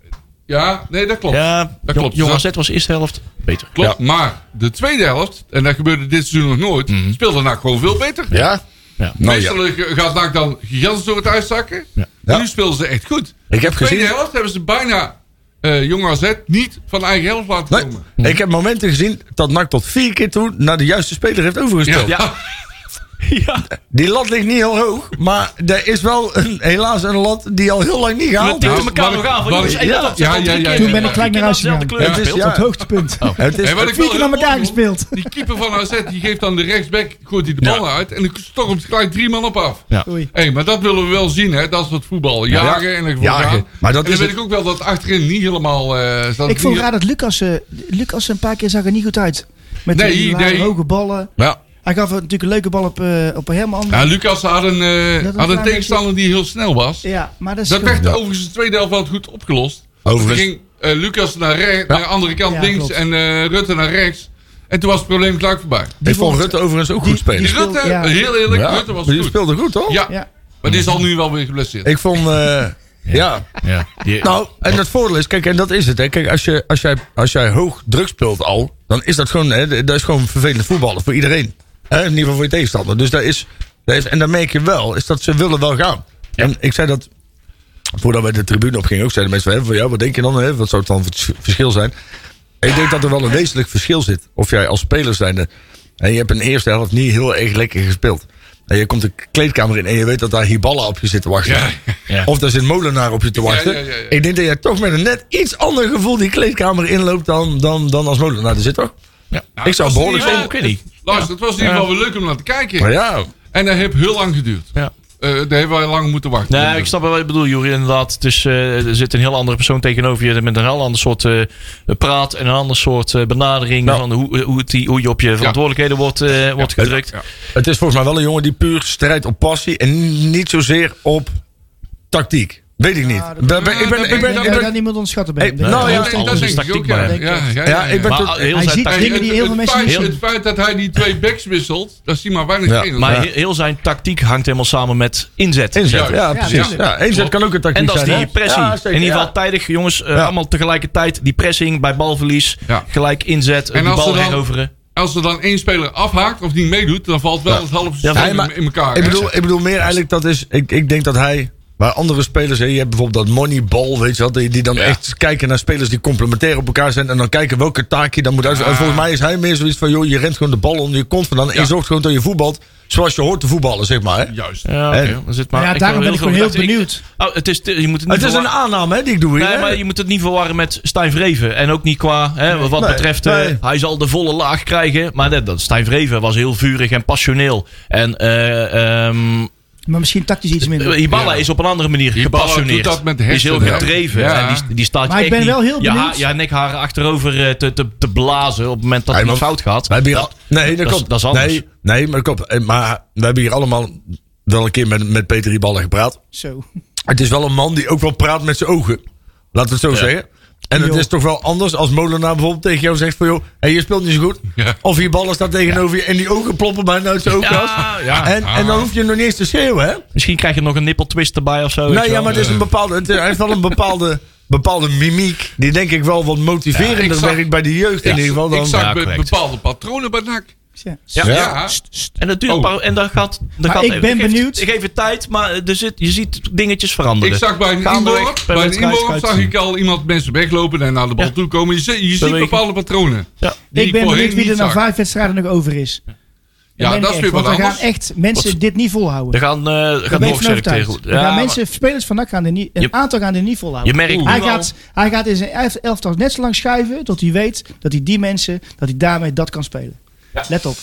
S5: Ja, nee, dat klopt.
S2: Ja,
S5: Dat
S2: Jong-
S5: klopt.
S2: Jong
S5: Dat-
S2: AZ was eerste helft beter.
S5: Klopt. Maar de tweede helft, en dat gebeurde dit seizoen nog nooit, speelde NAC gewoon veel beter.
S3: ja.
S2: Ja.
S3: Nou, ja.
S5: Meestal eh, gaat NAC dan gigantisch door het uitzakken.
S3: Ja.
S5: Nu speelden ze echt goed.
S3: Ik heb
S5: de tweede
S3: gezien-
S5: helft hebben ze bijna eh Jong AZ niet van eigen helft laten
S3: Nee,
S5: komen.
S3: ik heb momenten gezien dat NAC tot vier keer toe naar de juiste speler heeft overgesteld.
S2: Ja. ja.
S3: Die lat ligt niet heel hoog, maar er is wel een, helaas een lat die al heel lang niet
S2: We
S3: gehaald is.
S2: tikten
S5: maar-
S2: elkaar nog aan van
S5: maar-
S2: jongens. hey,
S3: ja,
S2: dat zijn
S5: ja,
S2: al drie
S5: ja, ja,
S2: keer
S5: ja.
S2: die-
S5: Toen ben ik
S2: die
S4: gelijk
S2: keer
S4: naar huis
S2: nou dezelfde
S4: gegaan.
S2: kleur
S3: Het is-
S2: speelt.
S4: Dat
S3: ja. Oh,
S4: is het hoogtepunt.
S3: Het is,
S5: En wat ik
S4: Vier keer
S5: wel
S4: aan elkaar gespeeld.
S5: Die keeper van AZ die geeft dan de rechtsback gooit die de bal uit en dan stormt gelijk drie man op af.
S2: Ja.
S4: Oei.
S5: Hé, maar dat willen we wel zien, hè? Dat is wat voetbal. Jagen en dan
S3: Jagen.
S5: gaan.
S3: Maar dat
S5: en dan
S3: is
S5: weet
S3: het-
S5: ik ook wel dat achterin niet helemaal. eh, dat het
S4: Ik vond
S5: niet-
S4: raar dat Lucas, eh, Lucas een paar keer zag er niet goed uit. Met eh,
S5: Nee,
S4: die lage,
S5: nee.
S4: hoge ballen.
S3: Ja.
S4: Hij gaf natuurlijk een leuke bal op, eh, op een Herman.
S5: Nou, Lucas had een,
S4: Dat
S5: eh,
S4: een
S5: had een
S4: klein
S5: tegenstander die heel snel was.
S4: Ja, maar dat is
S5: Dat
S4: goed.
S5: werd
S3: Ja.
S5: overigens de tweede helft wel goed opgelost.
S3: Overigens-
S5: Toen ging eh, Lucas naar, re- naar de andere kant
S4: Ja,
S5: links
S4: klopt.
S5: en eh, Rutte naar rechts. En toen was het probleem gelijk voorbij.
S3: Ik vond
S4: vond-
S3: Rutte overigens ook
S4: die-
S3: goed spelen.
S5: Die
S4: speelde-
S5: Rutte,
S4: ja.
S5: eh, heel eerlijk,
S3: Ja,
S5: Rutte was
S3: die
S5: goed.
S3: speelde goed, toch?
S5: Ja,
S4: Ja.
S5: maar die is al nu wel weer geblesseerd.
S3: Ik vond... eh, ja.
S2: Ja. Die-
S3: Nou, en dat voordeel is, kijk, en dat is het. Hè. Kijk, als, je, als, jij, als jij hoog druk speelt al, dan is dat gewoon, hè, dat is gewoon vervelend voetballen voor iedereen. Hè, in ieder geval voor je tegenstander. Dus daar is, daar is, en dan merk je wel, is dat ze willen wel gaan. En ik zei dat, voordat wij de tribune op gingen, ook zeiden mensen van, hè, van, ja, wat denk je dan, hè, wat zou het dan voor het verschil zijn? Ik denk dat er wel een wezenlijk verschil zit. Of jij als speler zijnde, en je hebt een eerste helft niet heel erg lekker gespeeld. En je komt de kleedkamer in en je weet dat daar Hiballa op je zit te wachten.
S5: Ja.
S2: Ja.
S3: Of daar zit Molenaar op je te wachten.
S5: ja, ja, ja.
S3: Ik denk dat jij toch met een net iets ander gevoel die kleedkamer inloopt dan, dan, dan als Molenaar er zit, toch?
S2: Ja.
S3: ik zou
S5: Nou, dat is
S3: behoorlijk
S5: niet
S3: zijn.
S5: waar.
S2: Ik weet niet.
S5: Luister, het was in ieder geval weer leuk om naar te kijken.
S3: Maar ja,
S5: En dat heeft heel lang geduurd.
S2: Ja.
S5: Eh daar hebben wij lang moeten wachten.
S2: Nee, ik snap wel wat je bedoelt, Jury. Inderdaad, het is, eh, er zit een heel andere persoon tegenover je met een heel ander soort eh, praat en een ander soort eh, benadering van hoe, eh, hoe, het die, hoe je op je verantwoordelijkheden wordt, eh, wordt gedrukt.
S5: Ja.
S3: het is volgens mij wel een jongen die puur strijdt op passie en niet zozeer op tactiek. Weet ik niet.
S4: dat-
S3: Ben- ben-
S5: Ja,
S3: ik ben- ik
S5: dat
S4: Ik
S5: ben-
S3: ben-
S4: denk
S3: ik
S4: dat
S3: ben-
S4: dat niemand ontschatten ben.
S3: Hey,
S4: Ik denk
S3: nou
S4: dat
S3: ja,
S4: dat
S5: Nee,
S4: alles
S5: dat
S4: is.
S5: denk ik
S2: tactiek
S5: ook,
S2: bij
S5: ja.
S2: hem.
S5: Ja,
S3: Ja,
S5: ja, ja,
S3: ik ben
S2: Maar
S3: tot-
S2: heel
S4: hij
S2: zijn
S4: ziet
S2: tactiek-
S4: dingen die heel veel
S5: het,
S4: mensen
S5: feit,
S2: heel-
S5: het feit dat hij die twee backs wisselt, dat zie maar weinig Dus
S3: Ja.
S5: in.
S2: Maar
S3: Ja.
S2: he- heel zijn tactiek hangt helemaal samen met inzet.
S3: Inzet, ja,
S5: Ja,
S3: precies.
S5: ja.
S3: Ja, inzet kan ook een tactiek
S2: En dat is
S3: zijn.
S2: die
S3: hè?
S2: pressie.
S3: Ja, zeker,
S2: in ieder
S3: ja.
S2: geval tijdig, jongens. eh,
S3: Ja.
S2: Allemaal tegelijkertijd. Die pressing bij balverlies.
S5: Ja.
S2: Gelijk inzet. eh,
S5: En
S2: die
S5: als
S2: bal
S5: ze dan-
S2: heroveren.
S5: Als er dan één speler afhaakt of niet meedoet, dan valt wel het halve systeem
S3: Nee, maar
S5: in- in elkaar.
S3: Ik
S5: hè.
S3: bedoel, ik bedoel meer eigenlijk dat is. Ik, ik denk dat hij. Waar andere spelers, hè, je hebt bijvoorbeeld dat moneyball, weet je wel, die, die dan echt kijken naar spelers die complementair op elkaar zijn en dan kijken welke taak je dan moet uitvoeren.
S2: Ah.
S3: En volgens mij is hij meer zoiets van, joh, je rent gewoon de bal onder je kont vandaan en je zorgt gewoon dat je voetbalt zoals je hoort te voetballen, zeg maar. Hè.
S5: Juist.
S2: Ja, oké.
S3: En-
S2: Dan zit maar,
S4: Ja,
S2: heb
S4: daarom
S2: wel
S4: ben ik
S2: veel
S4: gewoon
S2: gedacht.
S4: heel
S2: Ik- oh, het is, te- je moet het niet
S3: Het is een
S2: verwar-
S3: aanname hè, die ik doe hier.
S2: Nee,
S3: hè.
S2: maar je moet het niet verwarren met Stijn Vreven. En ook niet qua, hè, wat
S3: Nee,
S2: betreft, eh,
S3: nee.
S2: hij zal de volle laag krijgen. Maar dat, dat Stijn Vreven was heel vurig en passioneel. En eh ehm,
S4: Maar misschien tactisch iets minder.
S2: Eh, Hiballa
S5: Ja.
S2: is op een andere manier
S5: Hiballa
S2: gepassioneerd.
S5: doet dat met
S2: Die is heel
S5: hersenen, hè?
S2: gedreven.
S5: Ja.
S2: En die, die staat je
S4: Maar ik
S2: echt
S4: ben
S2: niet-
S4: wel heel
S2: je ha-
S4: benieuwd.
S2: Ja, nekharen achterover eh, te, te, te blazen op het moment dat
S3: Hij
S2: het niet
S3: mag-
S2: fout gaat.
S3: Wij hebben hier
S2: Dat-
S3: al- nee, dat,
S2: dat is-
S3: klopt.
S2: dat is anders.
S3: Nee, nee, maar dat klopt. Eh, Maar we hebben hier allemaal wel een keer met, met Peter Ballen gepraat.
S4: Zo.
S3: Het is wel een man die ook wel praat met zijn ogen. Laten we het zo zeggen. En het
S4: Joh.
S3: is toch wel anders als Molenaar bijvoorbeeld tegen jou zegt van... joh, hey, je speelt niet zo goed.
S5: Ja.
S3: Of je ballen staat tegenover je en die ogen ploppen bijna uit zijn oogkas.
S2: Ja, ja.
S3: En, en dan hoef je nog niet eens te schreeuwen, hè?
S2: Misschien krijg je nog een nippeltwist erbij of zo. weet
S3: nee,
S2: je
S3: ja,
S2: wel.
S3: maar het is een bepaalde... Het, hij heeft wel een bepaalde, bepaalde mimiek... die denk ik wel wat
S5: Ja, ik
S3: motiverender
S5: zag-
S3: werkt bij de jeugd in ieder geval. Dan,
S5: ik zag
S2: Ja,
S5: be-
S2: correct.
S5: bepaalde patronen bij NAC.
S4: Ja.
S5: Ja.
S2: En dat duurt
S5: Oh.
S2: een paar- en dat gaat, dat
S4: Maar
S2: gaat
S4: ik
S2: even.
S4: ben
S2: geeft-
S4: benieuwd.
S2: Ik geef het tijd, maar er zit, je ziet dingetjes veranderen.
S5: Ik zag bij een
S2: Gaandeweg
S5: inworp,
S2: per
S5: bij een
S2: wedstrijd
S5: inworp
S2: gaat
S5: zag
S2: zien.
S5: ik al iemand mensen weglopen en naar de bal
S2: Ja.
S5: toe komen. Je, zie- je ziet
S2: Bewegen.
S5: bepaalde patronen.
S2: Ja.
S5: die
S4: Ik ben
S5: voorheen
S4: benieuwd wie
S5: niet
S4: er na
S5: zag.
S4: vijf wedstrijden nog over is. Dat
S5: Ja,
S4: ben ik
S5: dat is
S4: echt,
S5: weer wat
S4: want er
S5: anders.
S4: gaan echt mensen dit niet volhouden.
S2: Er gaan, eh
S4: Daar
S2: gaan
S4: ben ik van
S2: doorzetten
S4: overtuigd.
S2: tegen.
S4: Er gaan
S2: maar
S4: mensen, spelers van NAC gaan er niet, een
S2: Je-
S4: aantal gaan er niet volhouden.
S2: Je merkt
S5: Oeh.
S2: nu
S4: Hij
S2: al-
S4: gaat, hij gaat in zijn elf- elftal net zo lang schuiven tot hij weet dat hij die mensen, dat hij daarmee dat kan spelen. Let op.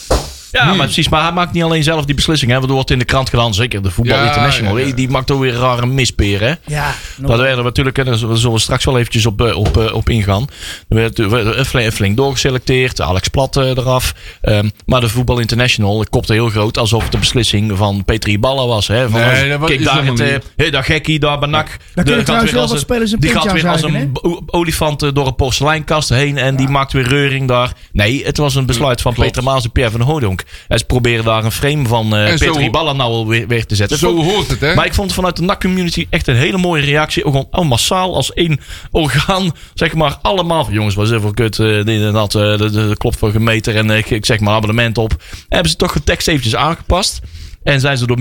S2: Ja,
S5: Hmm.
S2: maar precies. Maar hij maakt niet alleen zelf die beslissing. Hè, want er wordt in de krant gedaan. Zeker de Voetbal
S5: Ja,
S2: International.
S5: ja, ja.
S2: Die maakt ook weer rare misperen. Hè?
S4: Ja,
S2: Dat werden we natuurlijk, hè, daar zullen we straks wel eventjes op, eh, op, eh, op ingaan. Er werd er werd een flink, flink doorgeselecteerd, Alex Plat eh, eraf. Ehm, maar de Voetbal International kopte heel groot alsof het de beslissing van Petri Balla was. Hè? Van,
S5: Nee, dat was-
S2: kijk
S5: is
S2: daar,
S5: helemaal
S2: het, eh,
S5: niet.
S2: hé, dat gekkie, daar Banak.
S4: kunnen trouwens wel wat spelers een
S2: die
S4: puntje
S2: gaat weer als een
S4: aanzuigen,
S2: o- olifant eh, door een porseleinkast heen en die maakt weer reuring daar. Nee, het was een besluit van
S5: Klopt.
S2: Peter Maas en Pierre van Hoodonk. En ze proberen daar een frame van eh
S5: En zo-
S2: Petri Balla nou alweer weer te zetten.
S5: Zo
S2: Vond-
S5: hoort het, hè?
S2: maar ik vond vanuit de NAC-community echt een hele mooie reactie. Ook gewoon oh, massaal als één orgaan. Zeg maar allemaal. van, Jongens, wat is dit voor kut? eh, dit en dat. eh, dat, dat klopt voor gemeter. En eh, ik- ik zeg maar abonnement op. En hebben ze toch de tekst eventjes aangepast. En zijn ze door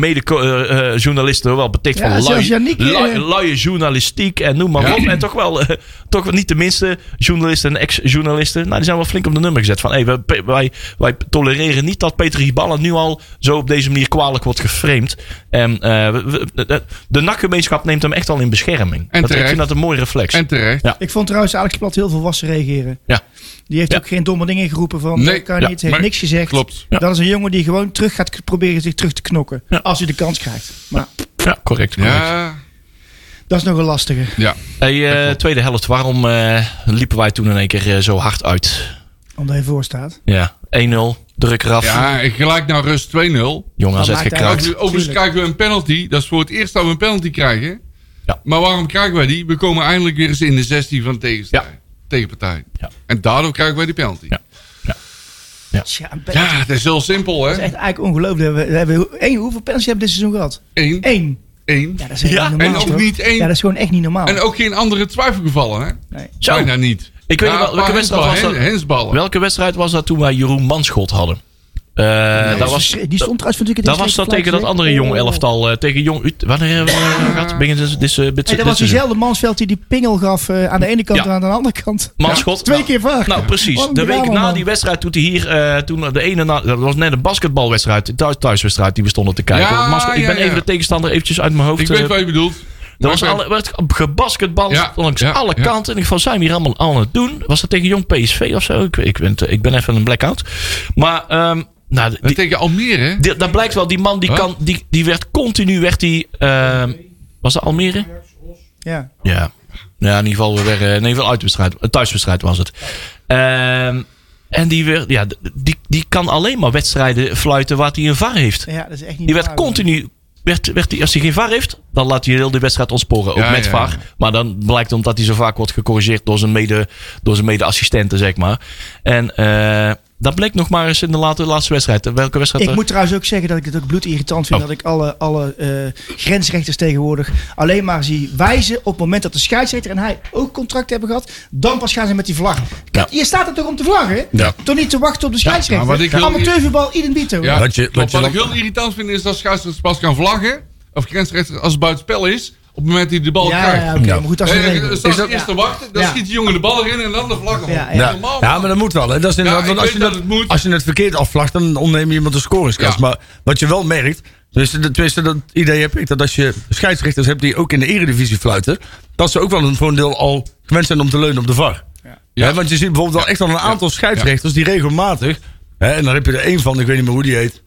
S2: mede-journalisten wel beticht
S4: Ja,
S2: van
S4: zelfs
S2: lui,
S4: Yannick, eh,
S2: lui- luie journalistiek en noem maar
S5: Ja.
S2: op. En toch wel, eh, toch wel niet de minste journalisten en ex-journalisten. Nou, die zijn wel flink op de nummer gezet. Van hey, wij, wij, wij tolereren niet dat Peter Hiballa nu al zo op deze manier kwalijk wordt geframed. En eh, we- we- de- de NAC-gemeenschap neemt hem echt al in bescherming. dat, ik
S5: terecht.
S2: vind dat een mooi reflex.
S5: En terecht.
S2: Ja.
S4: Ik vond trouwens Alex Plat heel volwassen reageren.
S2: Ja.
S4: Die heeft
S2: Ja.
S4: ook geen domme dingen geroepen van
S5: Nee,
S4: dat kan
S5: ja,
S4: niet, heeft
S5: maar-
S4: niks gezegd.
S5: Klopt.
S4: Dat is een jongen die gewoon terug gaat k- proberen zich terug te knokken. Als hij de kans krijgt. Maar
S2: ja, correct. correct.
S5: Ja,
S4: dat is nog een lastige.
S5: ja.
S2: Hey, eh, tweede helft, waarom eh, liepen wij toen in één keer eh, zo hard uit?
S4: Omdat hij voor staat.
S2: Ja, 1-0, druk eraf.
S5: ja ik gelijk naar rust 2-0. Overigens
S2: Jongens, het
S4: Dat maakt eigenlijk-
S2: gekraakt.
S5: overigens
S4: Tuurlijk.
S5: krijgen we een penalty. Dat is voor het eerst dat we een penalty krijgen.
S2: Ja.
S5: Maar waarom krijgen wij die? We komen eindelijk weer eens in de 16 van de tegenstij- tegenpartij.
S2: Ja.
S5: En daardoor krijgen wij die penalty.
S2: Ja.
S5: Ja,
S4: Tja, een penalty.
S5: dat is heel simpel,
S4: Dat
S5: hè?
S4: is echt eigenlijk ongelooflijk. We we hebben, één, hoeveel penalties hebben we dit seizoen gehad?
S5: Eén.
S4: Eén.
S5: Eén.
S4: Ja, dat is echt
S2: Ja,
S4: niet normaal.
S5: en ook
S4: hoor.
S5: niet één-
S4: Ja, dat is gewoon echt niet normaal.
S5: En ook geen andere twijfelgevallen, hè?
S4: Nee.
S2: Zo.
S5: Bijna niet.
S2: Ik weet
S5: Ja,
S2: niet wel-
S5: een
S2: welke
S5: paar
S2: wedstrijd was
S5: hensbal-
S2: dat?
S5: hen- hensballen.
S2: Oh. Welke wedstrijd was dat toen wij Jeroen Manschot hadden? Eh, dat was,
S4: die stond trouwens natuurlijk
S2: dat
S4: in de
S2: was dat
S4: slechte
S2: tegen dat
S4: plaats,
S2: andere
S4: hè?
S2: jong
S4: Oh.
S2: elftal. eh, tegen jong Ut. Wanneer hebben we dat gehad? Begin dit, dit, dit, dit
S4: En dat was
S2: seizoen.
S4: diezelfde Mansveld die die pingel gaf eh, aan de ene kant
S2: Ja.
S4: en aan de andere kant.
S2: Manschot.
S4: Twee
S2: Nou,
S4: keer vaak.
S2: Nou, precies.
S4: Wat een
S2: De week
S4: drama,
S2: na
S4: man.
S2: die wedstrijd, toen hij hier, eh, toen de ene na, dat was net een basketbalwedstrijd, een thuis, thuiswedstrijd die we stonden te kijken.
S5: Ja,
S2: Manschot- ik
S5: ja,
S2: ben
S5: ja.
S2: even de tegenstander eventjes uit mijn hoofd.
S5: Ik weet
S2: eh,
S5: wat je bedoelt.
S2: er was
S5: Maar-
S2: alle, werd gebasketbald
S5: Ja,
S2: langs
S5: ja,
S2: alle
S5: ja.
S2: kanten. En ik van, zijn we hier allemaal aan het doen? Was dat tegen jong PSV of zo? Ik, ik, ben, het- ik ben even een blackout. Maar, ehm, nou,
S5: En
S2: die,
S5: Tegen Almere, hè?
S2: Die- dat blijkt wel, die man die,
S5: Huh?
S2: kan, die, die werd continu, werd die, ehm, was dat Almere?
S4: Ja.
S2: Ja. Ja, in ieder geval weer, eh, in ieder geval uitwedstrijd, een thuiswedstrijd was het. Ehm, en die, werd, ja, d- die, die kan alleen maar wedstrijden fluiten waar hij een VAR heeft.
S4: ja, dat is echt niet
S2: Die werd
S4: normaal, man.
S2: continu, werd, werd die, als hij geen VAR heeft, dan laat hij heel de wedstrijd ontsporen, ook
S5: Ja,
S2: met
S5: ja,
S2: VAR. Maar dan blijkt omdat hij zo vaak wordt gecorrigeerd door zijn, mede, door zijn mede-assistenten, zeg maar. En eh, dat bleek nog maar eens in de late, laatste wedstrijd. Welke wedstrijd?
S4: Ik
S2: er-
S4: moet trouwens ook zeggen dat ik het ook bloedirritant vind
S2: Oh.
S4: dat ik alle, alle eh, grensrechters tegenwoordig alleen maar zie wijzen op het moment dat de scheidsrechter en hij ook contract hebben gehad. Dan pas gaan ze met die vlag. Kijk, Je staat er toch om te vlaggen?
S3: Ja.
S4: Toch niet te wachten op de
S5: maar wat
S4: scheidsrechter?
S5: ik heel-
S4: Amateurvoetbal, idem dito.
S5: Ja,
S3: Wat je-
S5: klopt.
S3: wat
S5: wat
S3: je
S5: ik
S3: dan-
S5: heel irritant vind is dat scheidsrechter pas kan vlaggen. Of grensrechter als het buitenspel is. Op het moment dat hij de bal
S4: ja,
S5: krijgt.
S4: ja, oké,
S3: Ja.
S4: maar goed, dat is een
S5: Hey,
S4: regel.
S5: er staat
S4: eh, Is dat-
S5: eerst te
S4: ja.
S5: wachten. Dan
S4: Ja.
S5: schiet die jongen de bal erin en dan de vlag op.
S4: Ja, ja.
S5: Niet
S3: Ja,
S5: normaal,
S3: ja,
S5: man.
S3: maar dat moet wel. Hè. Dat is inderdaad,
S5: Ja,
S3: want
S5: ik
S3: als je,
S5: weet
S3: dat,
S5: dat het moet.
S3: als je het verkeerd afvlacht, dan ontneem je iemand een scoringskans.
S5: Ja.
S3: Maar wat je wel merkt, tenminste, dat- tenminste, dat idee heb ik, dat als je scheidsrechters hebt die ook in de eredivisie fluiten, dat ze ook wel een, voor een deel al gewend zijn om te leunen op de VAR.
S5: Ja.
S3: Hè, want je ziet bijvoorbeeld wel echt al een aantal scheidsrechters die regelmatig, hè, en daar heb je er één van, ik weet niet meer hoe die heet,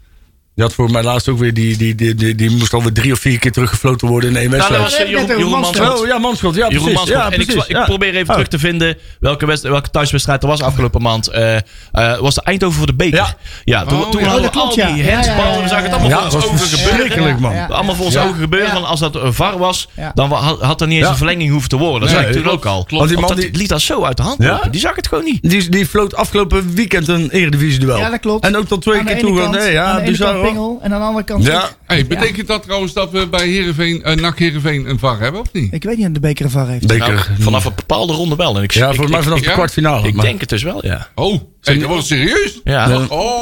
S3: die had voor mij laatst ook weer, die, die, die, die, die moest alweer drie of vier keer teruggefloten worden in één
S2: Nou, dat
S3: wedstrijd.
S2: was eh, Jeroen,
S4: Net over
S2: Jeroen
S4: Mansveld.
S2: Mansveld.
S3: Oh ja, Manschot, ja
S2: Jeroen
S3: precies.
S2: Mansholt.
S3: Ja,
S2: en ik,
S3: precies,
S2: ik
S3: ja.
S2: probeer even
S3: Oh.
S2: terug te vinden welke, wedst- welke thuiswedstrijd er was afgelopen maand. Eh, eh, was de Eindhoven voor de beker. Ja,
S3: Ja.
S2: toen,
S5: Oh,
S2: toen
S5: ja.
S2: hadden
S4: Oh,
S2: we
S4: dat
S2: al
S4: klopt, ja.
S2: die
S4: Ja, ja,
S2: handsballen.
S4: ja,
S2: We
S4: ja,
S2: zagen het
S4: ja.
S2: allemaal
S3: Ja,
S2: voor
S3: het
S2: ons
S3: was
S2: ogen gebeuren.
S3: verschrikkelijk, man.
S4: Ja.
S2: Allemaal voor ons ogen gebeuren.
S4: Ja.
S2: Van als dat een VAR was,
S4: Ja.
S2: dan wa- had, had er niet eens
S3: Ja.
S2: een verlenging hoeven te worden. Dat
S3: Nee,
S2: zei ik toen ook
S5: klopt,
S2: al.
S5: klopt.
S2: Want die man
S3: Want
S2: die... liet dat zo uit de hand
S3: Ja?
S2: lopen. Die zag het gewoon niet.
S3: Die, die floot afgelopen weekend een eredivisie-duel.
S4: Ja, dat klopt.
S3: En ook tot twee
S4: Aan de
S3: keer
S4: ene
S3: toe.
S4: kant-
S3: nee,
S4: aan
S3: ja,
S4: de ene
S3: bizar
S4: kant
S3: hoor.
S4: pingel en aan de andere kant.
S3: Ja.
S5: Hey, betekent dat trouwens dat we bij Heerenveen, eh NAC Heerenveen een VAR hebben of niet?
S4: Ik weet niet of de beker een VAR heeft.
S3: Beker.
S2: Nou, vanaf een bepaalde ronde wel. En ik,
S3: ja,
S2: ik-
S3: volgens mij
S2: ik-
S3: vanaf
S5: ik-
S3: de
S5: ja.
S3: kwartfinale.
S2: ik
S3: maar-
S2: denk het dus wel, ja.
S5: Oh, hey, dat wordt serieus.
S2: Ja,
S3: Ja.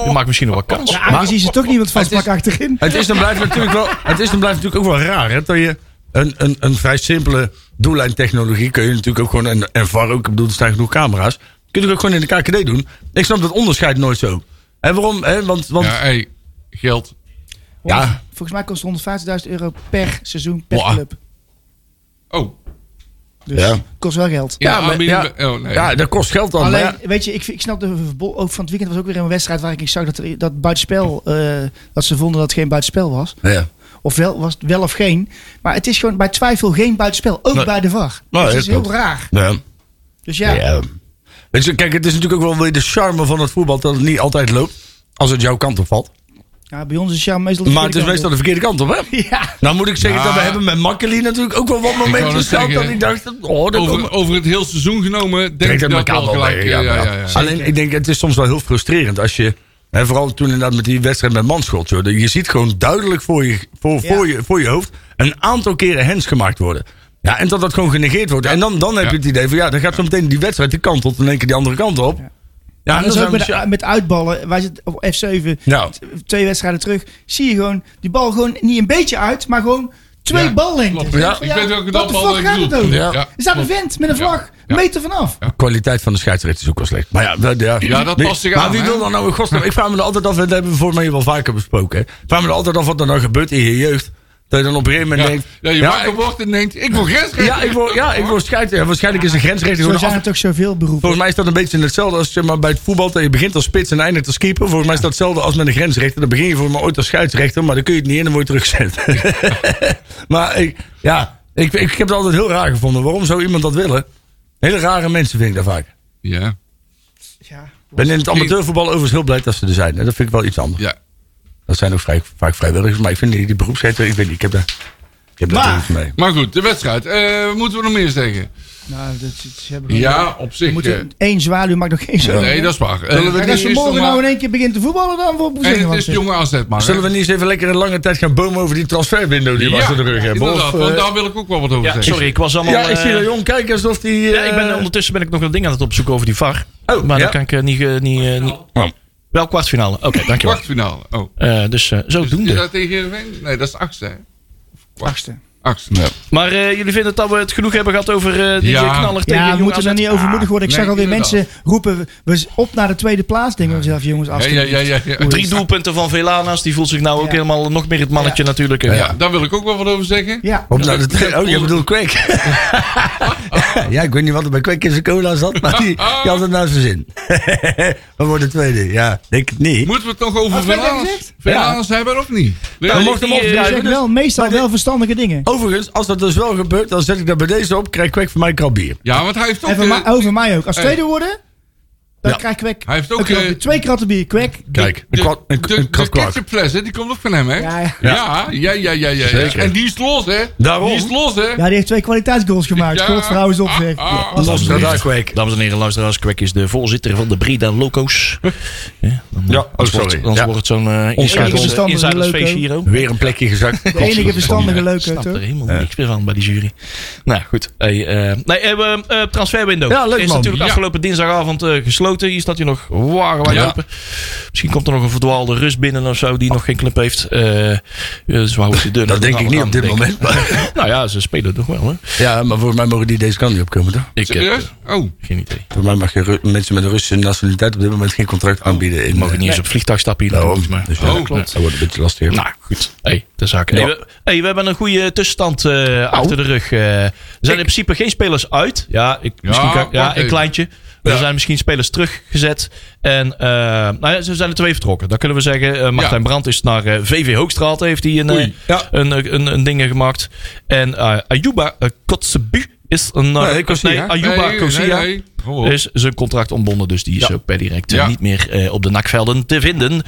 S2: je maakt misschien nog wel kans.
S4: Ja, aangezien ze toch niemand
S3: Het is-
S4: vastpakken achterin.
S3: Het is dan blijft natuurlijk wel. Het is dan blijft natuurlijk ook wel raar hè, dat je een, een, een vrij simpele doellijntechnologie kun je natuurlijk ook gewoon en, en VAR ook. Ik bedoel, er zijn genoeg camera's. Kun je ook gewoon in de KKD doen. Ik snap dat onderscheid nooit zo. En waarom? Hè, want, want
S5: Ja, hey, geld.
S3: Ja.
S4: Volgens mij kost het 150.000 euro per seizoen per
S3: Wow.
S4: club.
S5: Oh.
S4: Dus
S3: Ja.
S4: kost wel geld.
S5: Ja,
S3: maar-
S5: maar-
S3: ja,
S5: oh, nee.
S3: ja, dat kost geld dan. maar
S4: Alleen,
S3: ja.
S4: weet je, ik, ik snap de verbod. Ook van het weekend was ook weer een wedstrijd waar ik zag dat, er- dat buitenspel. eh, dat ze vonden dat het geen buitenspel was.
S3: Ja.
S4: Of wel, was het wel of geen. Maar het is gewoon bij twijfel geen buitenspel. Ook
S3: Nee.
S4: bij de VAR.
S3: Nee,
S4: Dus dat is
S3: dat
S4: heel
S3: klopt.
S4: raar.
S3: Ja.
S4: Dus ja,
S3: Ja. Weet je, kijk, het is natuurlijk ook wel weer de charme van het voetbal dat het niet altijd loopt als het jouw kant op valt.
S4: ja, bij ons is ja meestal. de
S3: Maar het is
S4: verkeerde
S3: meestal
S4: kant
S3: de verkeerde kant op, hè?
S4: op. Ja.
S3: Nou moet ik zeggen
S5: Ja.
S3: dat we hebben met Makkeli natuurlijk ook wel wat
S5: wou
S3: momentjes
S5: net
S3: gehad dat
S5: zeggen,
S3: ik dacht, oh, dat
S5: Over, over het heel seizoen genomen denk
S3: Trekt
S5: ik
S3: het
S5: dat wel
S3: elkaar wel mee,
S5: gelijk. eh,
S3: ja,
S5: ja,
S3: maar
S5: ja,
S3: ja.
S5: ja.
S3: Alleen, ik denk, het is soms wel heel frustrerend als je... En vooral toen inderdaad met die wedstrijd met Manschot. joh, Je ziet gewoon duidelijk voor je, voor,
S4: Ja.
S3: voor je, voor je hoofd een aantal keren hens gemaakt worden. Ja, en dat dat gewoon genegeerd wordt. En dan, dan heb
S5: Ja.
S3: je het idee van, ja, dan gaat zo meteen die wedstrijd die kant op en in één keer die andere kant op. Ja, en
S4: En dat is
S3: zijn
S4: ook
S3: we
S4: met,
S3: scha-
S4: met uitballen. Wij zitten op F7.
S3: Nou.
S4: t- Twee wedstrijden terug. Zie je gewoon die bal gewoon niet een beetje uit. Maar gewoon twee
S5: Ja,
S4: ballengtes.
S5: klopt. Ja,
S4: Denk van,
S5: ik weet welke
S4: what the
S5: bal
S4: fuck
S5: ik
S4: gaat
S5: bedoel.
S4: het over?
S5: Ja.
S4: Er staat een
S5: klopt.
S4: vent met een
S5: Ja,
S4: vlag.
S5: ja.
S4: Meter vanaf.
S3: De kwaliteit van de scheidsrechter is ook wel slecht. Maar ja, wel- ja.
S5: Ja, dat past zich
S3: maar
S5: aan,
S3: wie
S5: hè?
S3: wil dan nou in godsnaam... Ik vraag me er altijd af, en dat hebben we voor mij wel vaker besproken. hè. Ik vraag me er altijd af wat er nou gebeurt in je jeugd. Dat je dan op een gegeven moment
S5: Ja.
S3: denkt...
S5: Ja, je
S3: ja,
S5: wakker
S3: ik-
S5: wordt en denkt, ik word grensrechter.
S3: Ja, ik word, ja, ik word scheidsrechter. Ja, waarschijnlijk is een grensrechter
S4: Zo
S3: gewoon
S4: zijn
S3: af...
S4: er toch zoveel beroepen.
S3: Volgens mij is dat een beetje hetzelfde als zeg maar, bij het voetbal. Dat je begint als spits en eindigt als keeper. Volgens mij is dat hetzelfde als met een grensrechter. Dan begin je voor mij ooit als scheidsrechter. Maar dan kun je het niet in en dan word je teruggezet. maar ik, ja, ik, ik heb het altijd heel raar gevonden. Waarom zou iemand dat willen? Hele rare mensen vind ik dat vaak.
S5: Ja,
S4: Ja.
S3: Ik ben in het amateurvoetbal overigens heel blij dat ze er zijn. hè. Dat vind ik wel iets anders.
S5: ja.
S3: Dat zijn ook vrij, vaak vrijwilligers. Maar ik vind die, die beroepsrechter, ik weet niet, ik heb daar, ik heb daar
S4: Maar-
S3: niks mee.
S5: Maar goed, de wedstrijd. Eh, wat moeten we nog meer zeggen?
S4: Nou, dat, ze hebben gewoon-
S5: Ja, op
S4: We
S5: zich. eh,
S4: moeten één zwaluw maakt nog geen zorgen.
S5: Nee, dat is waar. Eh,
S3: Zullen we
S4: En
S5: het
S4: als je
S5: is
S4: morgen
S5: nog
S4: nou in
S5: maar-
S4: één keer begint te voetballen, dan wordt
S5: En
S4: Boezingland
S5: het is
S4: weer.
S5: jonge aanzet, maar. hè?
S3: Zullen we niet eens even lekker een lange tijd gaan bomen over die transferwindow die we
S5: Ja,
S3: achter de rug hebben?
S5: inderdaad,
S3: Of, eh,
S5: want daar wil ik ook wel wat over
S2: Ja,
S5: zeggen.
S2: sorry, ik was allemaal...
S3: ja, ik
S2: eh,
S3: zie de jong kijken alsof die...
S2: ja, ik ben,
S3: eh,
S2: ondertussen ben ik nog een ding aan het opzoeken over die VAR.
S3: Oh,
S2: maar
S3: ja.
S2: dan kan ik eh, niet, eh, niet, eh, niet...
S3: Oh.
S2: Wel kwartfinale. Oké, dankjewel.
S5: Kwartfinale. Oh.
S2: Eh dus eh,
S5: Is
S2: zodoende.
S5: dat tegen Heerenveen? Nee, dat is de achtste. hè?
S4: eh, Achtste.
S5: Achtste.
S2: Maar eh, jullie vinden dat we het genoeg hebben gehad over eh, DJ
S5: Ja.
S2: Knaller tegen
S4: Ja,
S2: Jong
S4: we moeten
S2: AZ?
S4: er niet overmoedig worden. Ik
S5: Ah,
S4: zag alweer
S5: nee,
S4: mensen roepen, we op naar de tweede plaats. Denken we zelf, jongens,
S5: Ja,
S4: alsjeblieft.
S5: ja, ja, ja, ja.
S4: Oei.
S2: Drie doelpunten van Velanas. Die voelt zich nou ook
S4: Ja.
S2: helemaal nog meer het mannetje natuurlijk. Eh,
S5: Ja, daar wil ik ook wel wat over zeggen.
S4: Ja.
S3: Op naar de tra- oh, je bedoelt Kwek. ja, ik weet niet wat er bij Kwek in zijn cola zat, maar die, die had het naar zijn zin. We worden tweede, ja. Denk het niet.
S5: Moeten we het nog over
S4: Had Fred dat
S5: Velanus
S4: gezegd?
S5: Velanus hebben of niet?
S2: Nou,
S3: mocht hem
S2: die, eh,
S4: Ik
S3: opdraaien.
S4: zeg wel, meestal wel verstandige dingen.
S3: Overigens, als dat dus wel gebeurt, dan zet ik dat bij deze op. Krijg Kwek van mij een krat bier.
S5: Ja, want hij heeft ook...
S4: En van
S5: eh,
S4: mij- over mij ook. Als
S5: Hey.
S4: tweede worden, dan
S3: Ja.
S4: krijg ik kwek.
S5: Hij heeft ook,
S4: Een krat-
S5: eh,
S4: twee kratten bier, kwek.
S3: Kijk, een
S5: de-
S3: kwart, een,
S5: de-
S3: een krat
S5: De
S3: kwak.
S5: ketchuppfles, hè, die komt ook van hem, hè?
S4: Ja, ja.
S5: Ja, ja, ja, ja, ja.
S3: Zeker.
S5: En die is los, hè?
S3: Daarom.
S5: Die is los, hè?
S4: Ja, die heeft twee kwaliteitsgoals gemaakt.
S5: Ja.
S4: Godvrouw is op,
S5: Ah,
S4: zeg.
S5: ah, ah.
S3: Los naar daar, Kwek.
S2: Dames en heren, luisteraars. Kwek is de voorzitter van de Breda Loco's. Ja, dan, eh,
S3: Ja, oh,
S2: anders
S3: sorry.
S2: wordt- Anders
S3: Ja.
S2: wordt het zo'n eh
S4: Onschuldig.
S2: insider- insidersfeestje
S4: Loco.
S2: hier ook.
S3: Weer een plekje gezakt.
S4: De enige verstandige
S2: Ik
S4: leuke,
S2: snap
S4: toch?
S2: er helemaal niks meer van bij die jury. Nou goed. Hey, eh, nee, eh, we, eh, transferwindow
S3: Ja, leuk,
S2: is
S3: man.
S2: natuurlijk
S5: Ja.
S2: afgelopen dinsdagavond eh, gesloten. Hier staat hij nog waar wij
S5: Ja.
S2: open. Misschien komt er nog een verdwaalde rust binnen of zo die nog geen club heeft. Eh, eh, dus we houden ze dun.
S3: Dat denk ik niet op dit
S2: Denk-
S3: moment. maar-
S2: Nou ja, ze spelen toch wel. Hè?
S3: Ja, maar volgens mij mogen die deze kant niet opkomen, toch?
S2: Ik heb eh,
S5: Serieus? Oh.
S2: geen idee.
S3: Voor mij mag je Ru- mensen met een Russische nationaliteit op dit moment geen contract aanbieden. In,
S2: Mogen niet
S3: eh,
S2: eens op vliegtuig stappen hier.
S3: daarom.
S2: volgens mij.
S3: Dus ja,
S5: Oh,
S3: klopt. Dat wordt een beetje lastig.
S2: Nou, goed. Hey, de zaak. Hey, we, hey, we hebben een goede tussenstand eh,
S5: Oh.
S2: achter de rug. Eh, er zijn in principe geen spelers uit. Ja, ik, misschien kan-
S5: wacht
S2: ja een
S5: even.
S2: kleintje. Maar Er zijn misschien spelers teruggezet. En eh nou ja, ze zijn er twee vertrokken. Dat kunnen we zeggen. Eh, Martijn
S5: Ja.
S2: Brandt is naar eh, VV Hoogstraat. Heeft hij een, eh,
S5: Oei.
S3: Ja.
S2: een, eh, een, een ding gemaakt. En eh Ayuba uh, Kotzebu is een... naar-
S3: Nee, Kossia.
S2: Ayuba
S5: Nee,
S2: Kossia
S5: nee, nee. Ho, ho.
S2: is zijn contract ontbonden. Dus die is ook per direct eh,
S5: Ja.
S2: niet meer eh, op de nakvelden te vinden.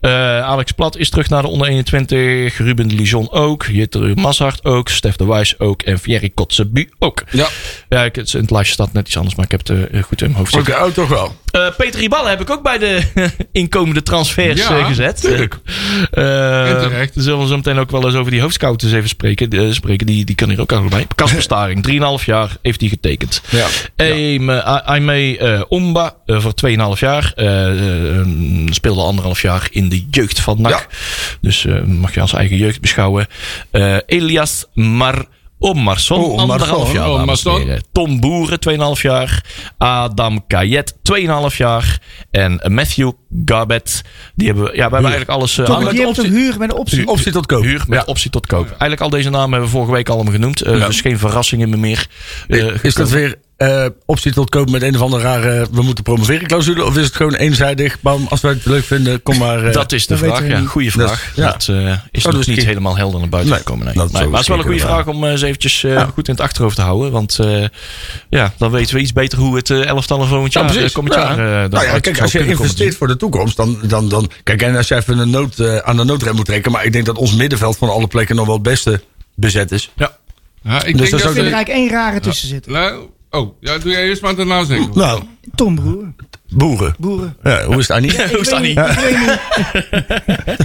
S2: Eh, Alex Plat is terug naar de onder 21. Ruben de Lijon ook. Jitter Mazart ook. Stef de Wijs ook. En Thierry Kotzebu ook.
S5: Ja.
S2: Ja, ik, het is- in het lijstje staat net iets anders, maar ik heb het eh, goed in mijn hoofd
S3: Oké,
S2: zitten.
S3: oh, toch wel.
S2: Eh, Peter Ribal heb ik ook bij de inkomende transfers
S5: Ja,
S2: eh, gezet.
S5: tuurlijk.
S2: Eh,
S5: En terecht.
S2: zullen we zo meteen ook wel eens over die hoofdscout eens even spreken. Eh, spreken. Die, die kan hier ook al bij. Casper Staring, 3,5 jaar heeft hij getekend.
S3: Ja.
S2: Ehm, eh, A- Aimee eh, Omba eh, voor 2,5 jaar. Eh, eh, eh, speelde anderhalf jaar in de jeugd van NAC. Dus eh, mag je als eigen jeugd beschouwen. Eh, Elias Mar Om Marson,
S3: Oh, om
S2: anderhalf
S3: Marson.
S2: jaar.
S5: Oh,
S2: dames en
S5: Marson.
S2: heren. Tom Boeren, 2,5 jaar. Adam Kayet, 2,5 jaar. En Matthew Garbett. Die hebben we, ja, we hebben eigenlijk alles eh,
S4: Toch,
S2: aan-
S4: die heeft toch huur met een optie?
S3: Optie tot koop.
S2: Huur met
S3: Ja.
S2: optie tot koop. Eigenlijk al deze namen hebben we vorige week allemaal genoemd. Eh, Dus geen verrassingen meer. meer eh,
S3: Is dat weer eh, optie tot koop met een of andere rare... we moeten promoveren clausule? Of is het gewoon eenzijdig? Bam, als wij het leuk vinden, kom maar... eh,
S2: Dat is de
S4: dat
S2: vraag.
S4: weten we
S2: Ja,
S4: niet.
S2: goede
S3: Dat-
S2: vraag.
S3: Dus, ja. Nou,
S2: Dat eh, is
S3: dat
S2: nog
S3: is
S2: niet
S3: geen-
S2: helemaal helder naar buiten
S3: Nee,
S2: gekomen. Nee.
S3: dat
S2: Nee,
S3: zou
S2: maar het is wel een goede
S3: zeker
S2: vraag om eh, eens eventjes eh, goed in het achterhoofd te houden. Want eh, ja, dan weten we iets beter hoe het eh, elftal en volgend
S3: Ja,
S2: jaar, eh,
S3: precies.
S2: komend
S3: Ja.
S2: jaar... eh,
S3: Nou ja,
S2: daaruit
S3: kijk,
S2: zou
S3: als je
S2: kunnen komen te
S3: investeert voor de toekomst, dan, dan, dan... Kijk, en als je even een nood, eh, aan de noodrem moet trekken... maar ik denk dat ons middenveld van alle plekken nog wel het beste bezet is.
S5: Ja. ja ik
S3: Dus
S5: denk
S3: dat
S5: dat,
S3: is ook
S4: Ik vind er
S5: eh,
S4: eigenlijk één rare tussen zitten.
S5: nou, Oh, ja, doe jij eerst maar daarna zeggen.
S3: Nou,
S4: Tom Boeren.
S3: boeren.
S4: Boeren.
S3: Ja, hoe is het, Annie?
S2: Hoe is dat niet?
S4: Ik weet niet.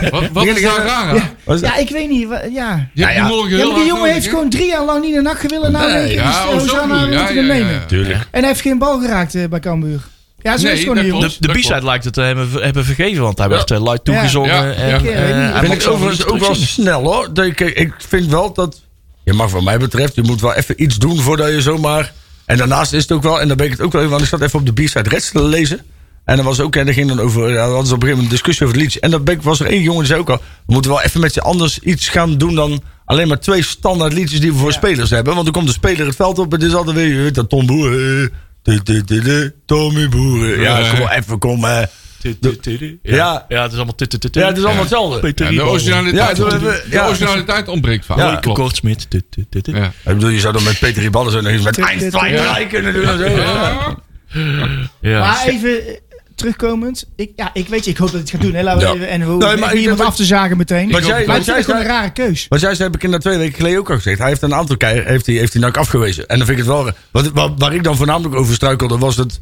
S5: Wat, wat is daar raar aan? Je hebt
S3: Wat is dat?
S4: Ja, ik weet niet. wa- Ja.
S5: die
S3: Nou ja.
S5: morgen
S4: Ja, maar
S5: heel
S4: die
S5: hard
S4: jongen
S5: nodig,
S4: heeft
S5: hè?
S4: gewoon drie jaar lang niet een nacht gewillen Nou, nadenken.
S3: ja,
S4: Ja,
S5: oh, zo bedoel je.
S4: moeten
S5: Ja,
S4: hem
S5: ja, ja,
S4: nemen.
S5: ja.
S3: Tuurlijk.
S4: En hij heeft geen bal geraakt eh, bij Cambuur. Ja, zo
S5: Nee,
S4: is het gewoon
S5: dat
S4: die
S5: klopt.
S4: jongen.
S2: De, de
S5: Dat
S2: B-side
S5: klopt.
S2: lijkt het te hebben, hebben vergeven, want hij werd eh, light
S4: Ja.
S2: toegezongen.
S5: Ja.
S2: en,
S5: Ja.
S2: eh,
S5: Ik,
S4: eh,
S2: hij
S4: ben
S2: mag
S3: vind ik
S2: zo
S3: overigens
S2: niet
S3: ook wel
S2: terugzien.
S3: snel hoor. Dat ik, ik vind wel dat. Je mag, wat mij betreft, je moet wel even iets doen voordat je zomaar. En daarnaast is het ook wel, en daar ben ik het ook wel even, want ik zat even op de B-side Reds te lezen. En dan was ook, en er ging dan over, ja, we hadden ze op een gegeven moment een discussie over het liedje. En dan ben ik- was er één jongen die zei ook al, we moeten wel even met je anders iets gaan doen dan alleen maar twee standaard liedjes die we voor spelers hebben. Want dan komt de speler het veld op en het is altijd weer, je weet dat, Tom Boeren, eh, tu, tu, tu, tu, Tommy Boeren. Ja,
S5: Ja.
S3: kom even, kom. eh.
S2: Tu- tu- tu- tu. Ja,
S3: Ja.
S2: ja, het is allemaal... tu- tu- tu- tu.
S3: Ja, het is allemaal
S2: Ja.
S3: hetzelfde.
S2: Peter
S5: Ja, de
S2: Riemann.
S5: originaliteit,
S3: Ja,
S5: de,
S3: dat we- ja.
S5: originaliteit ontbreekt vaak.
S3: Ja,
S5: Ja, klopt.
S2: Kortsmit. Tu- tu- tu- tu.
S5: Ja.
S3: Ik bedoel, je zou dan met Peter Riballen zo nog eens met Einstein draaien kunnen doen. en zo.
S2: Ja.
S4: Maar even eh, terugkomend. Ik, ja, ik weet je, ik hoop dat hij het gaat doen. Hè? Laten we
S3: Ja.
S4: even- en hoe,
S3: Nee, maar ik-
S4: iemand
S3: wat-
S4: af te zagen meteen.
S3: Wat jij-
S4: maar
S3: wat
S4: het
S3: jij
S4: is gewoon een
S3: zei-
S4: rare keus.
S3: Wat jij zei, heb ik in dat twee weken geleden ook al gezegd. Hij heeft een aantal keer heeft hij, heeft hij NAC afgewezen. En dan vind ik het wel... raar. Wat, wat, waar ik dan voornamelijk over struikelde, was het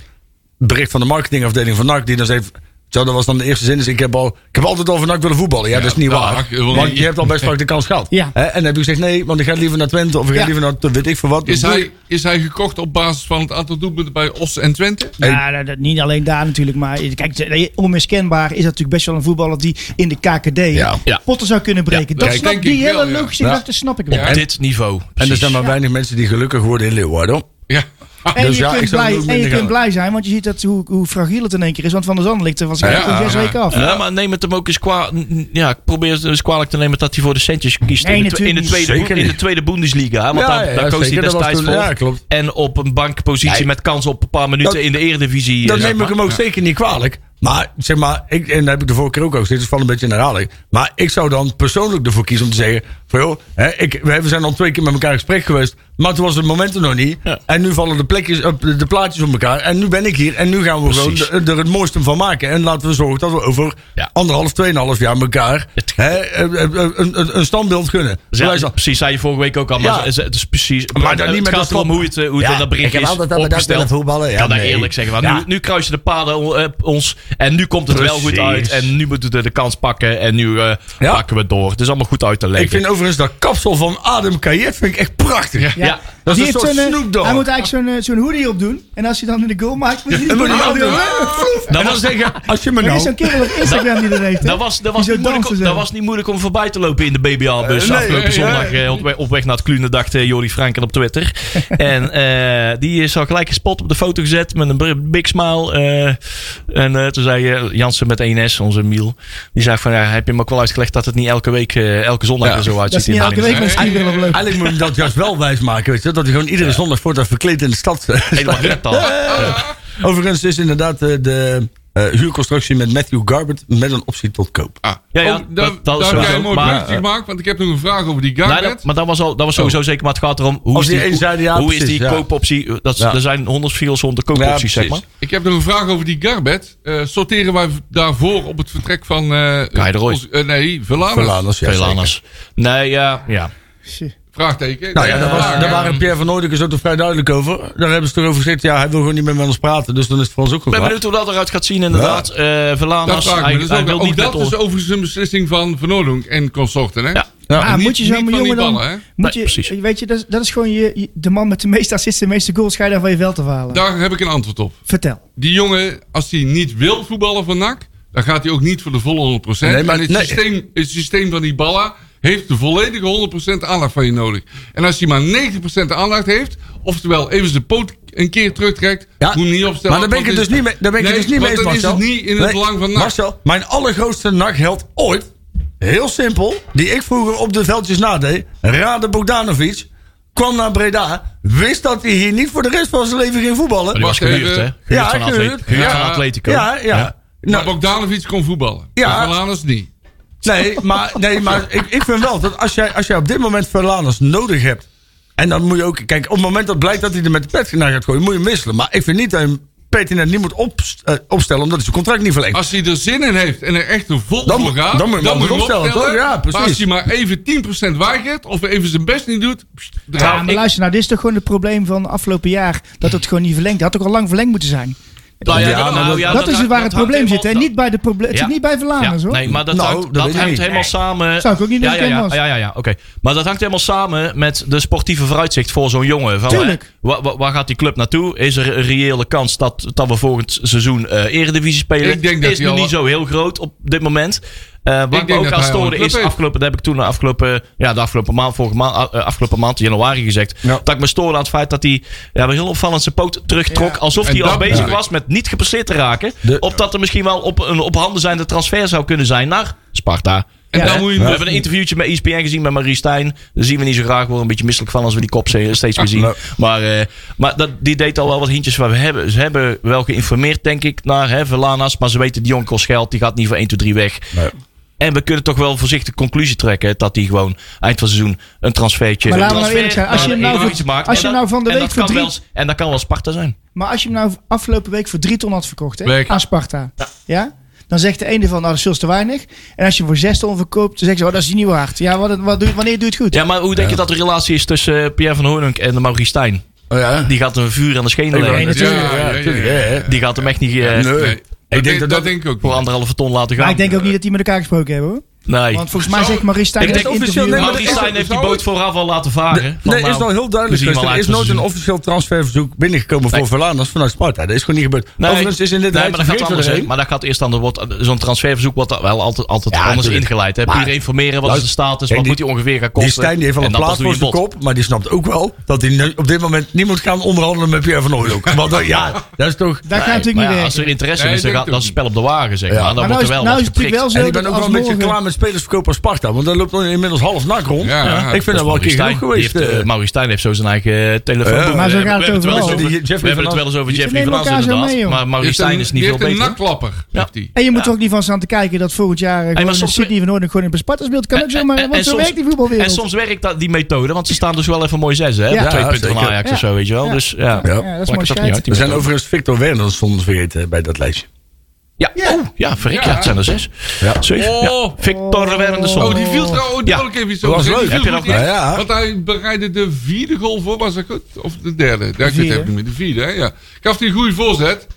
S3: bericht van de marketingafdeling van NAC. Die dan zei... Zo, dat was dan de eerste zin. Dus ik heb, al, ik heb altijd al van NAC willen voetballen. Ja, dat is niet
S5: nou,
S3: waar.
S5: ik wil
S3: Want
S5: niet-
S3: je hebt al best vaak de kans gehad.
S4: Ja.
S3: Hè? En dan heb ik gezegd, nee, want ik ga liever naar Twente. Of ik ga
S4: Ja.
S3: liever naar, weet ik voor wat.
S5: Is,
S3: Doe-
S5: hij, is hij gekocht op basis van het aantal doelpunten bij Os en Twente?
S3: Hey.
S4: Ja, nou, dat, niet alleen daar natuurlijk. Maar kijk, de- onmiskenbaar is dat natuurlijk best wel een voetballer die in de KKD
S3: Ja.
S2: Ja.
S4: potten zou kunnen breken. Dat
S5: kijk,
S4: snap,
S5: denk
S4: die
S5: ik wel,
S4: hele
S5: ja.
S4: logische
S3: Ja.
S4: gedachte snap ik wel.
S2: Op dit niveau.
S3: en er
S2: precies.
S3: zijn maar weinig mensen die gelukkig worden in Leeuwarden.
S5: Ja.
S4: En,
S3: Dus
S4: je,
S3: ja, ik
S4: kunt
S3: zou
S4: blij,
S3: het ook
S4: en je
S3: minder
S4: kunt
S3: gaan.
S4: blij zijn, want je ziet dat hoe, hoe fragiel het in één keer is. Want van de zand ligt er was ik
S5: Ja,
S4: ja, zes
S5: ja.
S4: weken af.
S2: Ja, maar neem het hem ook eens kwalijk. Ja, ik probeer het eens kwalijk te nemen dat hij voor de centjes kiest
S4: Nee,
S2: in, de, twe- in, de
S4: natuurlijk
S2: tweede, boe-
S3: niet. Zeker
S2: in de
S3: niet.
S2: tweede Bundesliga. Want
S3: Ja,
S2: daar,
S3: ja,
S2: daar koos hij
S3: zeker. Dat was
S2: destijds
S3: toen-
S2: voor.
S3: ja, klopt.
S2: En op een bankpositie
S3: Nee.
S2: met kans op een paar minuten
S3: Dat-
S2: in de eredivisie.
S3: Dat
S2: eh, zeg
S3: neem ik
S2: maar.
S3: hem ook zeker niet kwalijk. Maar zeg maar, ik, en dat heb ik de vorige keer ook al gezegd, dus valt een beetje in herhaling. Maar ik zou dan persoonlijk ervoor kiezen om te zeggen: van joh, hè, ik, we we zijn al twee keer met elkaar in gesprek geweest. Maar toen was het moment er nog niet.
S2: Ja.
S3: En nu vallen de, plekjes, eh, de plaatjes om elkaar. En nu ben ik hier. En nu gaan we
S2: Precies.
S3: gewoon de- er het mooiste van maken. En laten we zorgen dat we over
S2: Ja.
S3: anderhalf, tweeënhalf jaar elkaar
S2: Het-
S3: hè, eh, eh, eh, een, een, een standbeeld gunnen.
S2: Ja,
S3: Wij zijn-
S2: precies, zei je vorige week ook al. Maar
S3: Ja.
S2: ze- ze- het is precies.
S3: Maar dan
S2: het
S3: niet met
S2: gaat
S3: dat
S2: erom
S3: voetbal.
S2: hoe het, eh, hoe het
S3: Ja,
S2: in dat bericht
S3: ik heb
S2: is
S3: altijd dat we dat
S2: opgesteld.
S3: willen voetballen.
S2: Ik
S3: Ja,
S2: kan dat
S3: nee.
S2: eerlijk zeggen. Want
S3: Ja.
S2: nu, nu kruisen de paden o- eh, ons. En nu komt het wel goed
S3: Precies.
S2: uit. En nu moeten we de kans pakken. En nu eh,
S3: Ja.
S2: pakken we het door. Het is allemaal goed uit te leggen.
S3: Ik vind overigens dat kapsel van Adem Kayet vind ik echt prachtig.
S2: ja.
S3: Dat is een
S4: Die heeft
S3: soort
S4: zo'n, eh,
S3: Snoop Dogg.
S4: Hij moet eigenlijk zo'n, eh, zo'n hoodie opdoen. En als hij dan in de goal maakt, moet hij
S3: En moet
S4: die
S3: hij
S4: opdoen.
S3: opdoen.
S2: Dat was,
S3: Als je me
S4: Er
S3: nou...
S4: is zo'n kerel op Instagram die dat heeft. hè?
S2: Dat was, dat, was
S4: Die
S2: niet
S4: zo
S2: moeilijk, om-
S4: dansen
S2: dat
S4: zo.
S2: was niet moeilijk om voorbij te lopen in de BBA-bus
S3: Eh, nee,
S2: afgelopen
S3: eh, ja.
S2: zondag. eh, op, we- op weg naar het Klunen, dacht eh, Jori Franken op Twitter. en eh, die is al gelijk gespot op de foto gezet met een br- big smile. eh, en eh, toen zei eh, Jansen met 1S, onze Miel, die zei van ja, heb je hem ook wel uitgelegd dat het niet elke week, eh, elke zondag
S3: Ja.
S2: er zo
S4: Dat is
S2: uitziet.
S4: niet
S2: in
S4: elke
S2: Arnhem.
S4: week misschien wel op leuk.
S3: Eigenlijk moet je dat juist wel wijs maken, weet je. wel, Dat hij gewoon iedere zondag voortaan verkleed in de stad eh, staat.
S2: Helemaal gek al.
S3: Overigens is inderdaad eh, de eh, huurconstructie met Matthew Garbert met een optie tot koop.
S5: Ah.
S2: Ja, ja,
S5: Oh, daar
S2: dat- dat is
S5: daar heb
S2: sowieso.
S5: jij een mooi
S2: Maar,
S5: bruggetje
S2: eh,
S5: gemaakt, want ik heb nog een vraag over die
S2: Nee,
S5: Garbett.
S2: dat, maar dat was, al, dat was sowieso zeker. Maar het gaat erom hoe
S3: Als
S2: is
S3: die
S2: die,
S3: één
S2: hoe,
S3: zijde, ja,
S2: hoe is
S3: precies,
S2: die
S3: ja.
S2: koopoptie? eh, Dat,
S3: Ja.
S2: Er zijn honderd veel zonder koopopties, zeg maar.
S5: Ik heb nog een vraag over die Garbett. Eh, sorteren wij daarvoor op het vertrek van... eh
S2: Kai de Roy.
S5: ons- eh, nee, Verlanen.
S3: Verlaners, ja,
S2: Veel
S3: zeker.
S2: anders. Nee, ja. ja.
S5: Vraagteken.
S3: Nou ja, daar, was, daar
S5: Vraag, eh,
S3: waren Pierre van Noordijk zo toch vrij duidelijk over. Daar hebben ze erover gezegd, ja, hij wil gewoon niet meer met ons praten. Dus dan is het voor ons ook
S2: Ik
S3: goed.
S2: ben benieuwd hoe dat eruit gaat zien, inderdaad. Eh
S5: Dat
S2: Verlanas,
S5: vraag ik
S2: hij,
S5: me. Dus
S2: hij
S5: ook,
S2: wil
S5: ook
S2: niet met
S5: dat
S2: ons.
S5: is overigens een beslissing van Van Oordonk en consorten, hè?
S2: Ja.
S3: Ja,
S4: Ah,
S5: niet-
S4: moet je
S5: niet
S4: zo'n
S5: van die
S4: jongen dan...
S5: ballen, hè?
S4: moet
S2: Nee,
S4: je,
S2: precies.
S4: Weet je, dat is, dat is gewoon je, je- de man met de meeste assists en de meeste goals. Ga je daar van je veld te halen.
S5: Daar heb ik een antwoord op.
S4: Vertel.
S5: Die jongen, als hij niet wil voetballen van NAC, dan gaat hij ook niet voor de volle 100%.
S3: Nee, maar
S5: en het,
S3: nee.
S5: systeem, het systeem van die ballen heeft de volledige 100% aandacht van je nodig. En als hij maar 90% aandacht heeft, oftewel even zijn poot een keer terugtrekt,
S3: Ja,
S5: moet niet opstellen.
S3: Maar daar ben ik het
S5: want
S3: dus
S5: dit-
S3: niet mee, daar ben ik het
S5: Nee,
S3: dus niet mee
S5: want
S3: eens,
S5: dan is
S3: Marcel.
S5: het niet in het
S3: Nee,
S5: belang van nacht.
S3: Marcel, mijn allergrootste nachtheld ooit, heel simpel, die ik vroeger op de veldjes nadeed, Rade Bogdanovic, kwam naar Breda, wist dat hij hier niet voor de rest van zijn leven ging voetballen.
S2: Die was
S5: Wacht
S2: gehuurd,
S5: even.
S2: hè?
S5: Ja,
S2: Gehuurd van Atlet-
S3: gehuurd.
S2: gehuurd van
S5: Ja.
S2: Atletico.
S3: Ja, ja.
S5: Nou,
S3: Nou,
S5: Bogdanovic kon voetballen.
S3: Ja.
S5: Ja. Valanus niet.
S3: nee, maar, nee, maar ik, ik vind wel dat als jij, als jij op dit moment Verlaners nodig hebt, en dan moet je ook, kijk, op het moment dat blijkt dat hij er met de pet naar gaat gooien, moet je hem wisselen. Maar ik vind niet dat je hem pertinent niet moet op, eh, opstellen omdat hij zijn contract niet verlengt.
S5: Als hij er zin in heeft en er echt een vol
S3: Dan
S5: voor
S3: moet-
S5: gaat,
S3: dan moet je hem
S5: je hem
S3: opstellen, toch? Ja, precies.
S5: Maar als hij maar even 10% weigert of even zijn best niet doet, pst,
S4: Ja,
S5: eruit.
S4: maar luister, nou, dit is toch gewoon het probleem van afgelopen jaar. Dat het gewoon niet verlengd had. had ook al lang verlengd moeten zijn.
S2: Nou ja,
S3: Ja,
S2: nou,
S3: maar dat-
S2: ja,
S4: dat is het waar het
S2: hangt
S4: probleem
S2: helemaal-
S4: zit. Hè? Niet bij de proble- Het
S2: Ja.
S4: zit niet bij Verlaners
S2: Ja,
S4: hoor.
S2: Nee, maar dat
S3: Nou,
S2: hangt,
S3: dat
S2: dat
S3: weet ik
S2: hangt
S3: niet.
S2: helemaal samen.
S4: Zou ik ook niet
S2: ja,
S4: doen,
S2: ja, ja,
S4: Thomas.
S2: ja, ja, ja, oké. Maar dat hangt helemaal samen met de sportieve vooruitzicht voor zo'n jongen. Van,
S4: Tuurlijk.
S2: eh, wa- wa- Waar, gaat die club naartoe? Is er een reële kans dat, dat we volgend seizoen eh Eredivisie spelen?
S5: Ik denk dat
S2: is
S5: hij
S2: nu
S5: al-
S2: niet zo heel groot op dit moment. Eh
S5: denk
S2: wat me ook
S5: dat
S2: aan
S5: hij al een
S2: storen
S5: club
S2: is,
S5: heeft.
S2: afgelopen, dat heb ik toen de afgelopen, ja, de afgelopen maand, vorige maand, eh, afgelopen maand, januari gezegd. Dat ik me storen aan het feit dat hij ja, heel opvallend zijn poot terugtrok. Alsof
S5: En
S2: hij al
S5: dat
S2: bezig
S5: bedoel ik.
S2: was met niet gepasseerd te raken.
S3: De-
S2: op dat er misschien wel op een op handen zijnde transfer zou kunnen zijn naar Sparta.
S5: En
S2: Hè?
S5: dan moet je
S2: we
S5: nog-
S2: hebben een interviewtje met E ESPN gezien met Marie Stijn. Daar zien we niet zo graag. We worden een beetje misselijk van als we die kop ze- steeds weer zien.
S3: nou.
S2: Maar, eh, maar dat, die deed al wel wat hintjes waar we hebben. Ze hebben wel geïnformeerd, denk ik, naar hè, Verlanas. Maar ze weten, die jongen kost geld. Die gaat niet voor 1, 2, 3 weg. En we kunnen toch wel voorzichtig conclusie trekken hè, dat hij gewoon eind van het seizoen een transfertje.
S4: Maar laten we
S2: een
S4: nou eerlijk zijn, als je
S2: transfer
S4: hem nou
S2: naar
S4: voor-
S2: iets maakt.
S4: als je
S2: En
S4: hem
S2: dat-
S4: nou van de
S2: en
S4: week
S2: dat kan
S4: verdrie-
S2: wel eens- En dat kan wel Sparta zijn.
S4: Maar als je hem nou afgelopen week voor 3 ton had verkocht hè,
S5: Weg.
S4: aan Sparta. Ja. Dan zegt de ene van, nou dat is veel te weinig. En als je hem voor 6 ton verkoopt, dan zegt ze, oh dat is niet waard. Ja, wat, wat doe, wanneer doe je het goed?
S2: Ja, maar hoe denk je dat de relatie is tussen eh, Pierre van Hoornunk en Maurice Stijn?
S3: Oh ja.
S2: Die gaat een vuur aan de schenen
S3: Ik
S2: leggen.
S3: wou net
S5: Ja,
S3: zeggen,
S5: ja, ja,
S3: natuurlijk,
S5: ja, ja.
S3: hè, hè.
S2: Die gaat hem echt niet eh,
S3: Nee. Ik denk
S5: Nee, denk-
S3: dat
S5: dat
S3: dat-
S5: denk ik ook
S2: voor
S5: niet.
S2: anderhalve ton laten gaan.
S4: Maar ik denk ook niet dat die met elkaar gesproken hebben hoor.
S2: Nee.
S4: Want volgens mij
S5: Zou-
S4: zegt Marie Stijn
S2: Ik
S4: in het
S2: denk
S3: officieel-
S4: interview-
S3: nee, maar
S2: Maurice
S3: is-
S2: Stijn heeft die
S5: zou-
S2: boot vooraf al laten varen. Van,
S3: Nee,
S2: nou,
S3: is wel heel duidelijk.
S2: we zien
S3: geweest.
S2: wel
S3: Er is
S2: uit
S3: nooit
S2: van
S3: een
S2: seizoen.
S3: officieel transferverzoek binnengekomen voor Verlaners vanuit Sparta. Dat is gewoon niet gebeurd.
S2: Nee,
S3: Overigens is in
S2: nee,
S3: dit rijtje
S2: maar dat gaat
S3: vergeten
S2: anders.
S3: er
S2: hè.
S3: één.
S2: Maar dat gaat eerst dan wordt zo'n transferverzoek wordt dat wel altijd, altijd
S3: Ja,
S2: anders
S3: tuurlijk.
S2: ingeleid. Hè?
S3: Maar-
S2: Iedereen informeren wat is de
S3: Luister,
S2: status,
S3: kijk,
S2: wat
S3: die-
S2: moet hij ongeveer gaan
S3: Die
S2: kosten.
S3: Stijn die heeft wel
S2: En
S3: een
S2: dan pas doe
S3: plaats voor
S2: je
S3: zijn
S2: bot.
S3: kop. Maar die snapt ook wel dat hij nu op dit moment niet moet gaan onderhandelen met Pierre van Hooydonk. Want dat- ja, dat is toch...
S4: Daar gaat het
S2: Maar
S4: natuurlijk niet
S2: ja,
S4: werken.
S2: als er interesse
S5: Nee,
S2: is, dan
S5: ik denk
S2: gaat
S5: het
S2: dat
S5: ook
S2: spel op de wagen, zeg
S3: Ja.
S2: maar. Dan
S4: Maar nou
S2: wordt
S4: is,
S2: er wel
S4: nou
S2: wat
S4: is het natuurlijk wel
S2: geprikt.
S4: zo
S3: En ik ben
S4: dat
S3: ook wel
S4: als
S3: een beetje
S4: morgen-
S3: klaar met spelers verkopen als Sparta. Want dat loopt dan inmiddels half nak rond.
S5: Ja, ja.
S3: Ik vind dat wel een keer genoeg geweest. eh.
S2: Maurice Stijn heeft zo zijn eigen eh, telefoon.
S3: Ja,
S4: maar zo gaat het
S2: we hebben het wel eens
S4: overal.
S2: over,
S3: Die
S2: we
S3: Jeffrey
S2: hebben het
S3: van
S2: wel eens over
S3: As-
S2: Jeffrey
S4: Die
S2: van As
S4: nemen elkaar zo
S2: inderdaad.
S4: mee, joh.
S2: maar
S5: Die
S2: Maurice
S5: heeft
S2: Stijn
S5: een-
S2: is niet
S5: die
S2: veel
S5: heeft
S2: beter.
S5: een nakklapper.
S2: Ja.
S5: heeft die.
S4: En je moet er ook niet van staan te kijken dat volgend jaar gewoon
S2: maar
S4: een
S2: soms-
S4: Sydney van Noorden gewoon in Sparta speelt. Kan ook zomaar, want zo werkt die voetbalwereld.
S2: En soms werkt dat, die methode, want ze staan dus wel even mooi zes. Hè?
S4: Ja.
S2: Op twee
S3: Ja,
S2: punten van
S3: zeker.
S2: Ajax
S4: Ja.
S2: of zo, weet je wel.
S4: Ja.
S2: Dus, ja.
S4: Ja,
S3: Ja.
S4: dat is
S2: Maakt
S4: mooi
S2: het ook niet
S4: schijt.
S2: uit, die
S3: We zijn
S2: methode.
S3: overigens Victor Werners soms vergeten bij dat lijstje.
S2: Ja, oh, ja verrek, ja, het zijn er zes.
S3: Ja.
S2: Zeven, ja.
S5: Oh.
S2: Victor Wernersson.
S5: Oh, die viel trouwens.
S2: Ja.
S5: Ja. Ik even iets
S3: Dat
S5: over
S3: was
S5: zeggen.
S3: leuk.
S5: Die viel
S2: Heb je
S5: goed
S2: dat-
S5: in,
S3: Nou ja.
S5: Want hij bereidde de vierde goal voor. Was dat goed? Of de derde? Ja, ik weet het
S4: vierde.
S5: even niet meer. De vierde, hè? Ja. Gaf hij een goede voorzet.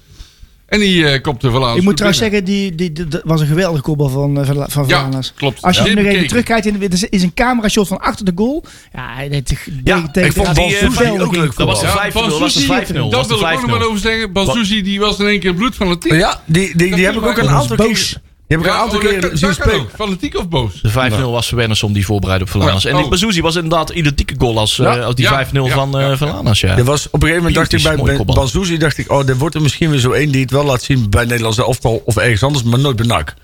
S5: En die eh kopte wel aan.
S4: Ik moet trouwens zeggen, die, die, die- dat was een geweldige kopbal van, eh, van, La- van
S5: Ja,
S4: Vlaanders.
S5: klopt.
S4: Als je
S5: Ja.
S4: hem nog even
S5: Bekeken.
S4: terugkijkt, in, de- er is een camera-shot van achter de goal. Ja, hij deed tegen
S2: Ja,
S4: tegen-
S3: ik vond Bas
S4: tegen-
S2: die, eh,
S4: tegen-
S2: van die
S4: tegen-
S3: ook leuk
S2: Dat was
S3: voetbal.
S2: een 5-0. Dat was een 5-0.
S5: Dat wil ik ook nog maar over zeggen. Bansuzi die was in één keer bloed van het team.
S3: Ja, die, die, die heb ik ook een aantal keer...
S4: boos.
S3: Die heb ik een aantal
S5: oh, dat
S3: keer
S5: kan-
S3: zien
S5: dat kan
S3: spelen.
S5: ook. Fanatiek of boos?
S2: De 5-0 was Wernersom die voorbereidde op Van Aanas.
S5: Ja.
S2: En die
S5: Oh.
S2: Bazouzi was inderdaad identieke goal als, eh,
S5: Ja.
S2: als die
S5: Ja.
S2: 5-0 van eh
S5: Ja.
S2: Van Aanas, ja.
S3: Er was, op een gegeven moment dacht ik
S2: Beauty is
S3: bij
S2: mooi
S3: bij
S2: kopbal.
S3: Banzuzi, dacht ik, oh, er wordt er misschien weer zo één die het wel laat zien bij Nederlands elftal of ergens anders, maar nooit bij NAC.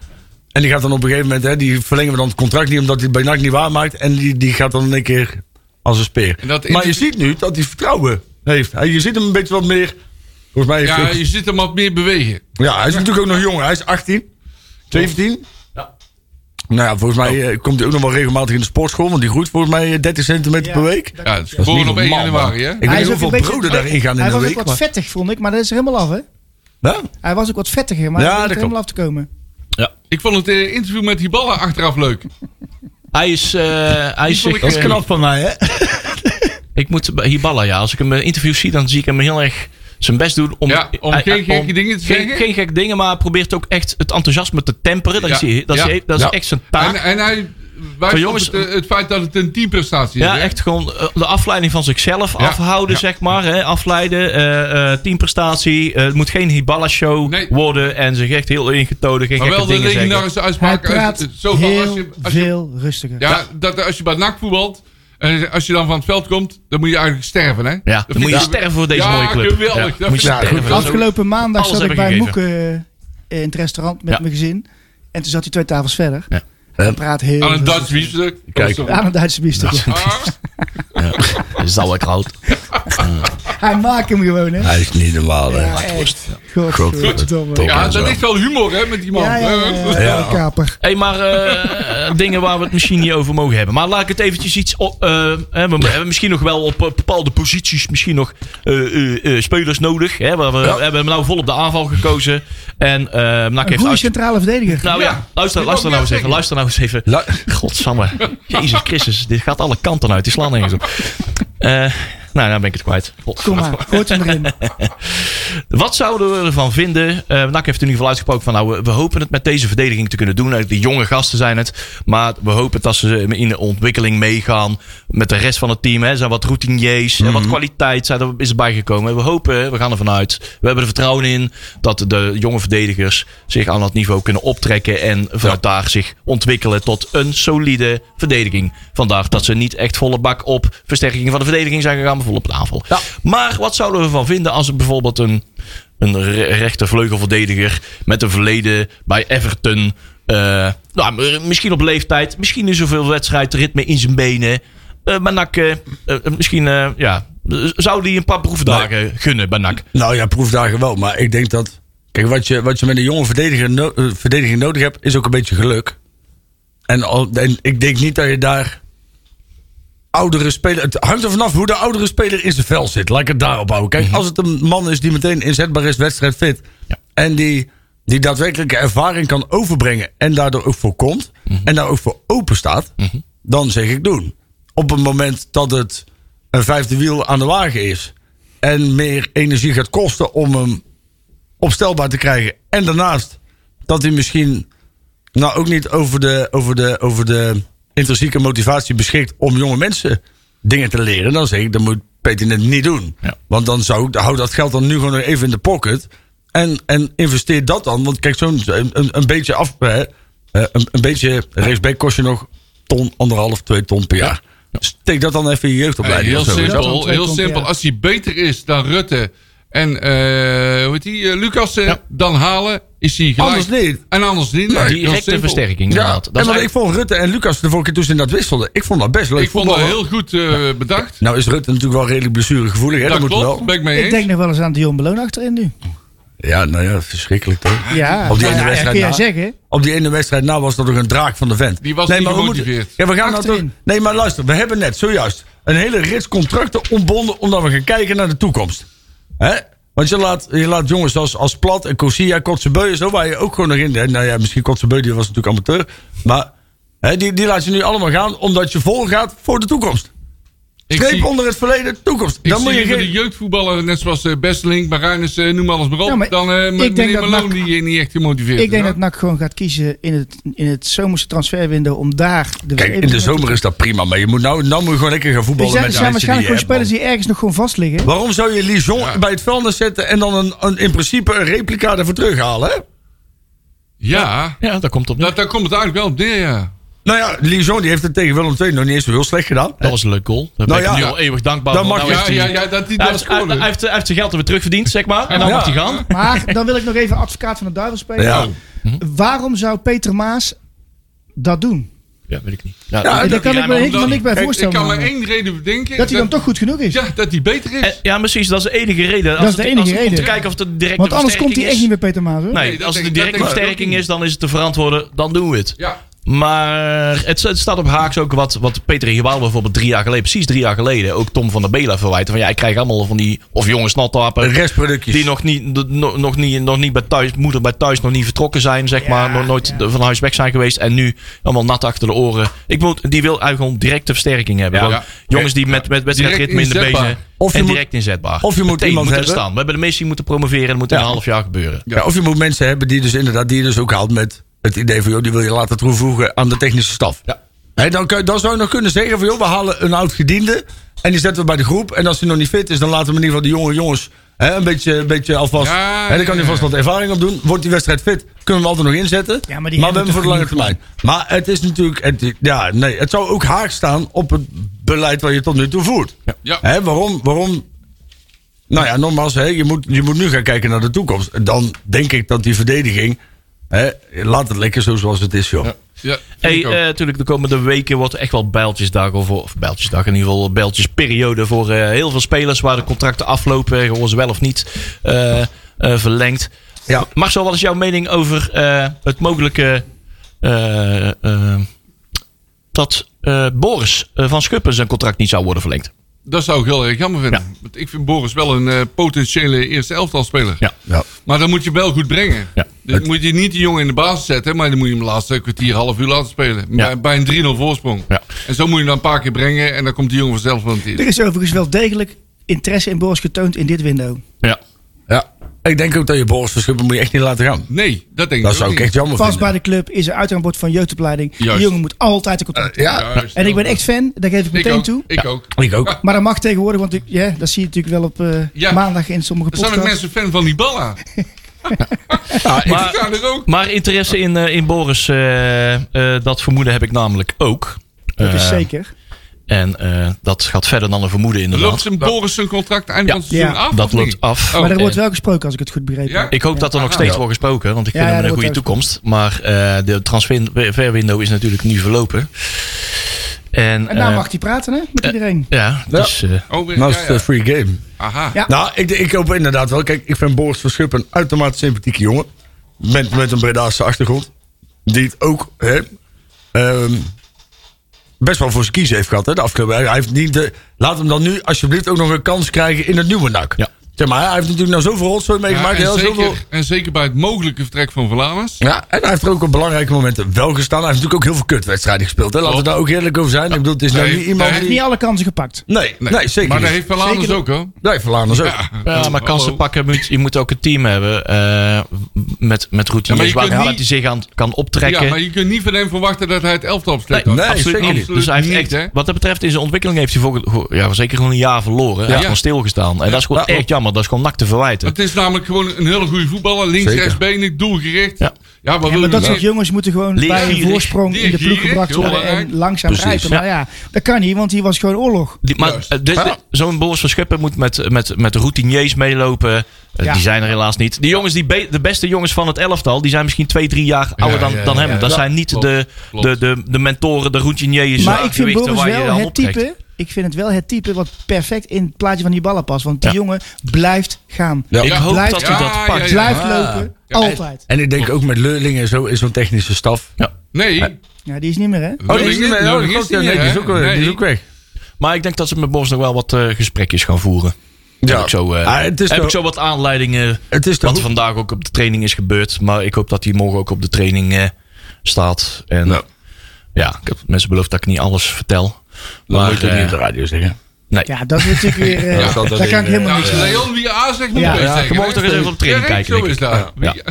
S3: En die gaat dan op een gegeven moment, hè, die verlengen we dan het contract niet omdat hij het bij NAC niet waarmaakt. En die, die gaat dan in één keer als een speer.
S5: En dat
S3: maar je
S5: inter-
S3: ziet nu dat hij vertrouwen heeft. Hij- Je ziet hem een beetje wat meer. Volgens mij heeft
S5: Ja,
S3: hij-
S5: je ziet hem wat meer bewegen.
S3: ja, hij is natuurlijk ook nog jong. Hij is 18, 17.
S2: Ja.
S3: Nou ja, volgens mij eh, komt hij ook nog wel regelmatig in de sportschool, want die groeit volgens mij eh, 30 centimeter
S4: Ja.
S3: per week.
S5: Ja, het is
S3: Dat is
S5: geboren
S3: niet
S5: op 1
S3: normaal, man.
S5: januari, hè?
S3: Ik weet niet
S4: Hij is ook
S3: hoeveel
S4: een beetje-
S3: broden daarin gaan in
S4: Hij
S3: de
S4: was
S3: week.
S4: ook wat
S3: maar-
S4: vettig, vond ik. Maar dat is er helemaal af, hè?
S3: Ja?
S4: Hij was ook wat vettiger, maar
S3: Ja,
S4: hij is er
S3: dat
S4: helemaal af te komen.
S5: Ik vond het eh, interview met die ballen achteraf leuk.
S2: Hij is... eh, hij is
S5: vond ik
S2: zich,
S5: ook
S2: eh,
S3: van mij, hè?
S2: Ik moet hier ballen, ja. Als ik hem in interviews zie, dan zie ik hem heel erg zijn best doen om,
S5: Ja, om
S2: eh,
S5: geen
S2: eh,
S5: gekke dingen te
S2: geen,
S5: zeggen.
S2: Geen gekke dingen, maar hij probeert ook echt het enthousiasme te temperen. Dat,
S5: Ja.
S2: is, hij- dat, is,
S5: Ja.
S2: hij- dat is
S3: Ja.
S2: echt zijn
S5: En, eh,
S2: taak.
S5: en hij Wij
S2: jongens-
S5: jongens, het, eh, het feit dat het een teamprestatie is.
S2: Ja,
S5: hè?
S2: echt gewoon eh, de afleiding van zichzelf
S5: Ja,
S2: afhouden,
S5: ja.
S2: zeg maar. Hè? Afleiden, eh, eh, teamprestatie. Eh, het moet geen Hibala-show
S5: Nee.
S2: worden. En zich echt heel ingetoden, geen
S5: Maar
S2: gekke
S5: wel de
S2: dingen zeggen.
S5: legendarische
S4: Hij
S5: uitspraak.
S4: praat
S5: Als, zo van,
S4: heel
S5: als je, als je,
S4: veel rustiger.
S5: ja, Dat, als je bij NAC voetbalt. En als je dan van het veld komt, dan moet je eigenlijk sterven, hè?
S2: Ja, dan
S5: vind
S2: moet je
S5: ik-
S2: sterven voor deze
S5: Ja,
S2: mooie club.
S5: geweldig.
S2: Ja,
S5: Dat
S2: moet
S5: vind
S2: je
S5: ik-
S2: sterven.
S5: Ja,
S2: Dat is ook-
S4: Afgelopen maandag
S2: Alles
S4: zat
S2: heb
S4: ik
S2: ik
S4: bij
S2: gegeven.
S4: Moeke eh, in het restaurant met
S2: Ja.
S4: mijn gezin. En toen zat hij twee tafels verder.
S2: Ja.
S4: Hij praat heel
S5: Aan een
S4: rustig.
S5: Duits biefstuk.
S3: Kijk.
S5: Oh, sorry.
S4: Aan een Duitse biefstuk, ja.
S5: Ah,
S2: Sauerkraut.
S4: Hij maakt hem gewoon, hè?
S3: Hij is niet normaal, hè.
S4: Ja, echt.
S3: Goed.
S4: God, godverdomme.
S3: Top.
S5: Ja,
S3: Zo.
S5: daar ligt wel humor, hè, met die man. Eh,
S4: Ja, ja, ja,
S3: Ja.
S4: ja, ja, kaper.
S2: Hé, maar eh, eh, dingen waar we het misschien niet over mogen hebben. Maar laat ik het eventjes iets... Op, eh, hè, we hebben misschien nog wel op eh, bepaalde posities misschien nog eh, eh, eh, spelers nodig. Hè, waar we, we hebben nou vol op de aanval gekozen. En eh NAC
S4: Een
S2: heeft
S4: goede
S2: uit-
S4: centrale verdediger.
S2: Nou ja,
S5: Ja.
S2: luister,
S5: Ja,
S2: luister nou eens even.
S5: zeker.
S2: Luister nou eens even.
S3: La-
S2: Godsamme. Jezus Christus, dit gaat alle kanten uit. Die slaan nergens op. Eh, nou, nou ben ik het kwijt.
S4: Kom
S2: Godsamme.
S4: maar, gooi hem erin.
S2: Wat zouden we ervan vinden? Eh Nak heeft in ieder geval uitgesproken van nou, we, we hopen het met deze verdediging te kunnen doen. Eh, De jonge gasten zijn het. Maar we hopen dat ze in de ontwikkeling meegaan met de rest van het team. Hè. Er zijn wat routiniers en wat kwaliteit zijn er, is erbij gekomen. We hopen, we gaan ervan uit. We hebben er vertrouwen in dat de jonge verdedigers zich aan dat niveau kunnen optrekken. En vanuit daar zich ontwikkelen tot een solide verdediging. Vandaar dat ze niet echt volle bak op versterking van de verdediging zijn gegaan, maar vol op de aanval. Maar wat zouden we ervan vinden als er bijvoorbeeld een een re rechtervleugelverdediger met een verleden bij Everton. Eh, nou, misschien op leeftijd, misschien niet zoveel wedstrijdritme in zijn benen. Eh maar NAC, eh, eh, misschien, eh, ja, zou die een paar proefdagen gunnen bij NAC?
S3: Nou ja, proefdagen wel. Maar ik denk dat... Kijk, wat je, wat je met een jonge verdediger no- eh, verdediging nodig hebt... is ook een beetje geluk. En, al, en ik denk niet dat je daar... Oudere speler, het hangt er vanaf hoe de oudere speler in zijn vel zit. Laat ik het daarop houden. Kijk, als het een man is die meteen inzetbaar is, wedstrijdfit. En die, die daadwerkelijke ervaring kan overbrengen. En daardoor ook voor komt. En daar ook voor open staat. Dan zeg ik doen. Op het moment dat het een vijfde wiel aan de wagen is. En meer energie gaat kosten om hem opstelbaar te krijgen. En daarnaast dat hij misschien nou ook niet over de, over de, over de intrinsieke motivatie beschikt om jonge mensen dingen te leren. Dan zeg ik, dan moet Peter het niet doen.
S2: Ja.
S3: Want dan zou ik, hou dat geld dan nu gewoon nog even in de pocket. En, en investeer dat dan. Want kijk, zo'n een, een- een beetje af. hè, eh, een, een beetje rechtsback kost je nog ton, anderhalf, twee ton per jaar. Steek dat dan even in je jeugdopleiding.
S5: heel
S3: of zo, weet je wel.
S5: simpel, heel
S4: Komt, ja.
S5: simpel. Als hij beter is dan Rutte en eh hoe heet die, eh, Lucassen, dan halen, is hij gelijk.
S3: Anders niet.
S5: En anders niet. Nee, heel
S2: Directe
S5: simpel.
S2: versterking,
S3: Ja,
S2: inderdaad.
S3: en
S2: Dat is
S3: wat ik
S2: eigenlijk-
S3: vond Rutte en Lucas de vorige keer toen ze dat wisselden. Ik vond dat best leuk
S5: Ik vond dat
S3: voetballen.
S5: heel goed eh, bedacht.
S3: Nou is Rutte natuurlijk wel redelijk blessuregevoelig. Hè? Dat,
S5: Dat
S3: moet
S5: klopt,
S3: wel.
S5: ben ik mee
S4: Ik
S5: eens.
S4: denk nog wel eens aan Dion Beloon achterin nu.
S3: Ja, nou ja, verschrikkelijk toch?
S4: Ja,
S3: Op die
S4: nou,
S3: ene
S4: ja,
S3: wedstrijd
S4: kun jij
S3: na.
S4: zeggen.
S3: Op die ene wedstrijd na was dat toch een draak van de vent.
S5: Die was niet
S3: maar we
S5: gemotiveerd.
S3: moeten- ja, we gaan nou toch,
S4: Achterin.
S3: nee, maar luister, we hebben net zojuist een hele rits contracten ontbonden omdat we gaan kijken naar de toekomst. Hè? Want je laat, je laat jongens als, als Plat en Corsia, Kotsebeu en zo, waar je ook gewoon nog in... hè, Nou ja, misschien Kotsebeu, die was natuurlijk amateur. Maar hè, die, die laat je nu allemaal gaan omdat je vol gaat voor de toekomst.
S5: Ik
S3: Streep
S5: zie-
S3: onder het verleden, toekomst.
S5: Ik
S3: Dan moet
S5: zie
S3: je
S5: liever
S3: geen...
S5: de jeugdvoetballer, net zoals eh, Besseling, Marijnus, eh, noem alles maar op.
S4: Ja, maar
S5: dan eh
S4: ik
S5: met
S4: denk
S5: meneer
S4: dat
S5: Malone
S4: NAC-
S5: die eh, niet echt gemotiveerd
S4: Ik denk
S5: is,
S4: dat NAC gewoon gaat kiezen in het, in het zomerse transferwindow om daar... De
S3: Kijk, in de zomer is dat prima, maar je moet nou, nou moet je gewoon lekker gaan
S4: Er
S3: voetballen
S4: zijn, er
S3: met de
S4: zijn
S3: mensen die
S4: waarschijnlijk
S3: je
S4: gewoon
S3: hebt,
S4: spelers
S3: man.
S4: die ergens nog gewoon vast liggen.
S3: Waarom zou je Lijon bij het vuilnis zetten en dan een, een, in principe een replica ervoor terughalen? Hè?
S5: Ja,
S2: Ja, daar komt het op neer.
S5: dat, daar komt het eigenlijk wel op neer, ja.
S3: Nou ja, Lijon die heeft het tegen Willem II nog niet eens zo heel slecht gedaan.
S2: Dat was een leuk goal. Daar ben
S3: Nou
S2: ik
S3: ja.
S2: nu al eeuwig dankbaar
S3: Dan
S2: voor.
S3: mag
S2: Nou
S3: je-
S2: heeft
S5: Ja,
S2: hij-
S5: ja, ja, dat hij
S2: hij
S5: dat
S2: heeft- hij-
S5: scoorde.
S2: hij heeft- hij heeft zijn geld er weer terugverdiend, zeg maar. En dan
S3: Ja.
S2: mag hij gaan.
S4: Maar dan wil ik nog even advocaat van de duivel spelen.
S3: Ja.
S4: Waarom zou Peter Maas dat doen?
S2: Ja, weet ik niet.
S3: Ja,
S4: daar kan ik me
S2: niet.
S4: helemaal niks bij
S5: Ik, ik
S4: voorstellen.
S5: kan maar
S4: namelijk.
S5: één reden bedenken.
S4: Dat hij dan toch goed genoeg is.
S5: Ja, dat hij beter is.
S2: Eh, Ja, precies. Dat is de enige reden. Als het-
S4: is de enige
S2: als het- Om te
S4: reden.
S2: kijken of het direct
S4: Want anders komt hij echt niet meer Peter Maas hoor.
S2: Nee,
S5: Nee, dat
S2: als het
S5: denk
S2: een
S5: ik-
S2: directe
S5: dat denk ik ook
S2: versterking
S5: niet.
S2: is, dan is het te verantwoorden. Dan doen we het.
S5: ja.
S2: Maar het, het staat op haaks ook wat, wat Peter Hiwaal bijvoorbeeld drie jaar geleden, precies drie jaar geleden, ook Tom van der Bela verwijt. Van ja, ik krijg allemaal van die, of jonge snattappen.
S3: Restproductjes.
S2: Die nog niet, de- no- nog niet, nog niet bij thuis, moeder bij thuis nog niet vertrokken zijn, zeg
S4: Ja,
S2: maar. Nog nooit
S4: ja.
S2: de- van huis weg zijn geweest. En nu allemaal nat achter de oren. Ik moet, die wil eigenlijk gewoon directe versterking hebben.
S5: Ja.
S2: Gewoon
S5: Ja.
S2: Jongens die met, met wedstrijdritme in de
S5: Direct inzetbaar.
S2: benen.
S3: Of je
S2: en
S3: moet-
S2: direct inzetbaar.
S3: of je moet
S2: Meteen
S3: iemand
S2: moeten er
S3: hebben.
S2: staan. We hebben de missie moeten promoveren. Dat moet in
S3: Ja.
S2: een half jaar gebeuren.
S3: Ja. of je moet mensen hebben die, dus inderdaad, die je dus ook haalt met het idee van... Joh, die wil je laten toevoegen aan de technische staf. Hè, dan, kun- dan zou je nog kunnen zeggen van joh, we halen een oud gediende. En die zetten we bij de groep. En als hij nog niet fit is, dan laten we in ieder geval die jonge jongens hè, een, beetje, een beetje alvast.
S5: Ja,
S3: hè, dan kan hij
S5: ja,
S3: vast wat ervaring op doen. Wordt die wedstrijd fit, kunnen we hem altijd nog inzetten.
S4: Ja, maar die
S3: we
S4: hebben
S3: hebben hem voor de
S4: toch
S3: lange termijn. Maar het is natuurlijk. Het, ja, nee, het zou ook haak staan op het beleid wat je tot nu toe voert.
S5: Ja.
S3: Hè, waarom, waarom nou ja, nogmaals, hè, je, moet, je moet nu gaan kijken naar de toekomst. Dan denk ik dat die verdediging. Hè, laat het lekker zo zoals het is, joh.
S5: Ja,
S2: Hey,
S5: vind ik ook.
S2: eh, natuurlijk, de komende weken wordt echt wel bijltjesdag, of, of bijltjesdag in ieder geval, bijltjesperiode voor eh, heel veel spelers waar de contracten aflopen, eh, gewoon ze wel of niet eh, eh, verlengd.
S3: Ja.
S2: Marcel, wat is jouw mening over eh, het mogelijke eh, eh, dat eh, Boris eh, van Schuppen zijn contract niet zou worden verlengd?
S5: Dat zou ik heel erg jammer vinden. Want ik vind Boris wel een eh, potentiële eerste elftalspeler.
S2: Ja.
S3: Ja.
S5: Maar dan moet je wel goed brengen.
S2: Ja.
S5: Dan moet je niet die jongen in de basis zetten, maar dan moet je hem de laatste kwartier, half uur laten spelen.
S2: Ja.
S5: Bij, bij een 3-0 voorsprong.
S2: Ja.
S5: En zo moet je hem dan een paar keer brengen en dan komt die jongen vanzelf van het
S4: Er is overigens wel degelijk interesse in Boris getoond in dit window.
S2: Ja.
S3: Ja. Ik denk ook dat je Boris Verschuppen moet je echt niet laten gaan.
S5: Nee, dat denk ik
S3: Dat
S5: ook
S3: zou ik
S5: niet.
S3: echt jammer
S4: Vast bij
S3: vinden.
S4: de club is een uitgaanbord van jeugdopleiding. Die
S5: Juist.
S4: jongen moet altijd een contract hebben.
S3: Eh, Ja,
S5: Juist,
S4: En ik ben
S5: inderdaad.
S4: echt fan, daar geef ik
S5: Ik
S4: meteen
S5: ook.
S4: toe.
S5: Ik ook.
S3: ik ook.
S4: Maar dat mag tegenwoordig, want ik, ja, dat zie je natuurlijk wel op eh,
S5: Ja.
S4: maandag in sommige
S5: Er zijn
S4: podcasts.
S5: ook mensen fan van die balla.
S3: Ja, ik-
S5: Die gaan er ook.
S2: Maar interesse in, eh, in Boris, eh, eh, dat vermoeden heb ik namelijk ook.
S4: Dat is
S2: Eh,
S4: zeker.
S2: En eh, dat gaat verder dan een vermoeden
S5: Loopt
S2: inderdaad.
S5: zijn Boris zijn contract eind
S2: Ja.
S5: van het seizoen
S4: Ja.
S5: af?
S2: Dat
S5: of niet?
S2: loopt af.
S5: Oh.
S4: Maar er
S2: En-
S4: wordt wel gesproken, als ik het goed begrepen
S5: Ja.
S4: heb.
S2: Ik hoop dat er nog steeds wordt gesproken, want ik
S4: Ja,
S2: vind
S4: ja,
S2: hem een
S4: dat
S2: goede
S4: wordt ook
S2: toekomst. Maar eh, de transferwindow is natuurlijk nu verlopen. En,
S4: En daar
S2: eh,
S4: mag hij praten, hè? Met iedereen.
S2: ja,
S3: Ja.
S2: dus, eh,
S5: Oh, weer-
S3: Nou
S5: ja,
S3: is het een
S5: ja.
S3: free game.
S5: Aha.
S4: Ja.
S3: Nou, ik, ik hoop inderdaad wel. Kijk, ik vind Boris Verschuppen een uitermate sympathieke jongen. Met, met een Bredaanse achtergrond. Die het ook hè, ehm, best wel voor zijn kiezen heeft gehad hè, de afgelopen jaren. Hij heeft niet de, laat hem dan nu alsjeblieft ook nog een kans krijgen in het nieuwe NAC.
S2: Ja.
S3: Zeg maar, hij heeft natuurlijk nou zoveel rotzooi
S5: Ja,
S3: meegemaakt.
S5: en,
S3: heel zoveel,
S5: zeker, en zeker bij het mogelijke vertrek van Valanus.
S3: ja, en hij heeft er ook op belangrijke momenten wel gestaan. Hij heeft natuurlijk ook heel veel kutwedstrijden gespeeld. Hè. Laten we
S5: Klopt.
S3: daar ook eerlijk over zijn. Ik bedoel, het is nou
S5: Nee,
S3: niet iemand
S5: nee.
S3: die...
S4: Niet alle kansen gepakt.
S3: Nee, nee, zeker
S5: Maar
S3: niet.
S5: dat heeft Valanus
S4: Zeker
S5: ook hoor.
S3: Nee, Verlaanders ook.
S2: ja, maar kansen
S5: Oh.
S2: pakken, moet, je moet ook een team hebben eh, met, met
S5: Ja, maar
S2: routines
S5: je
S2: waar
S5: kunt
S2: waar
S5: niet-
S2: hij zich aan kan optrekken.
S5: Ja, maar je kunt niet van hem verwachten dat hij het elftal opstelt.
S3: Nee,
S2: absoluut
S3: zeker
S2: niet.
S3: niet.
S2: Dus hij heeft
S5: Niet,
S2: echt,
S5: hè?
S2: wat dat betreft, in zijn ontwikkeling heeft hij voor, ja, zeker gewoon een jaar verloren. Hij heeft
S5: Ja.
S2: gewoon stilgestaan. En dat is gewoon
S3: Ja.
S2: echt jammer. Dat is gewoon nak te verwijten.
S5: Het is namelijk gewoon een hele goede voetballer. Links,
S3: Zeker.
S5: rechtsbenig, doelgericht.
S2: Ja.
S5: Ja, wat
S4: Ja,
S5: wil
S4: maar
S5: je
S4: dat
S5: meer?
S4: soort jongens moeten gewoon
S2: Leer
S4: bij
S2: gierig.
S4: een voorsprong in de
S5: Leer
S4: ploeg
S5: gierig,
S4: gebracht
S5: heel
S4: worden
S5: belangrijk.
S4: en langzaam
S3: Precies.
S4: rijpen. Maar ja, dat kan niet, want hier was gewoon oorlog.
S2: Die- maar
S5: Juist.
S2: eh, dus
S3: Ja.
S2: de- zo'n Boris van Schuppen moet met, met, met routiniers meelopen. Eh,
S4: Ja.
S2: Die zijn er helaas niet. Die jongens die be- de beste jongens van het elftal, die zijn misschien twee, drie jaar ouder dan,
S5: ja, ja,
S2: dan hem.
S5: ja.
S2: dat
S5: Ja.
S2: zijn niet
S5: Klopt,
S2: de,
S5: klopt.
S2: de, de, de mentoren, de routiniers.
S4: Maar
S2: eh,
S4: ik vind
S2: gewichten
S4: Boris
S2: waar je je
S4: wel
S2: hand
S4: het
S2: op trekt.
S4: type. Ik vind het wel het type wat perfect in het plaatje van die ballen past. Want die
S2: Ja.
S4: jongen blijft gaan.
S3: Ja.
S2: Ik hoop
S4: Blijft-
S2: dat hij dat
S5: Ja,
S2: pakt.
S5: ja,
S4: Blijft
S3: Ah.
S4: lopen.
S5: Ja.
S4: Altijd.
S3: En ik denk ook met Leurlingen en zo is zo'n technische staf.
S5: Nee.
S4: Ja, die is niet meer, hè?
S3: Oh, die is niet meer. Oh,
S5: Lulling
S3: klopt,
S5: is
S3: ja,
S5: niet
S3: nee,
S5: meer,
S3: die is
S5: hè?
S3: ook, eh, die is
S5: Nee.
S3: ook weg.
S2: Maar ik denk dat ze met Boris nog wel wat eh, gesprekjes gaan voeren.
S3: Ja.
S2: Heb ik zo, eh,
S3: Ah, het is
S2: heb
S3: toch-
S2: ik zo wat aanleidingen.
S3: Het is toch
S2: wat
S3: ook-
S2: vandaag ook op de training is gebeurd. Maar ik hoop dat hij morgen ook op de training eh, staat. En
S3: Nou.
S2: ja, ik heb mensen beloofd dat ik niet alles vertel. Maar,
S3: moet je
S2: eh,
S3: niet op de radio zeggen.
S2: nee.
S4: Ja, dat is natuurlijk weer... eh,
S3: Ja, dat-
S4: daar
S3: dat-
S4: kan ik helemaal
S5: Nou,
S4: niks
S5: als
S4: aan.
S5: Leon wie A zegt, moet
S4: Ja,
S5: B
S3: ja,
S5: zeggen.
S3: je
S2: Je mag toch eens even op training
S5: Ja,
S2: kijken.
S5: Zo
S2: denk
S5: is
S2: ik.
S5: dat.
S2: Ja.
S5: Ja.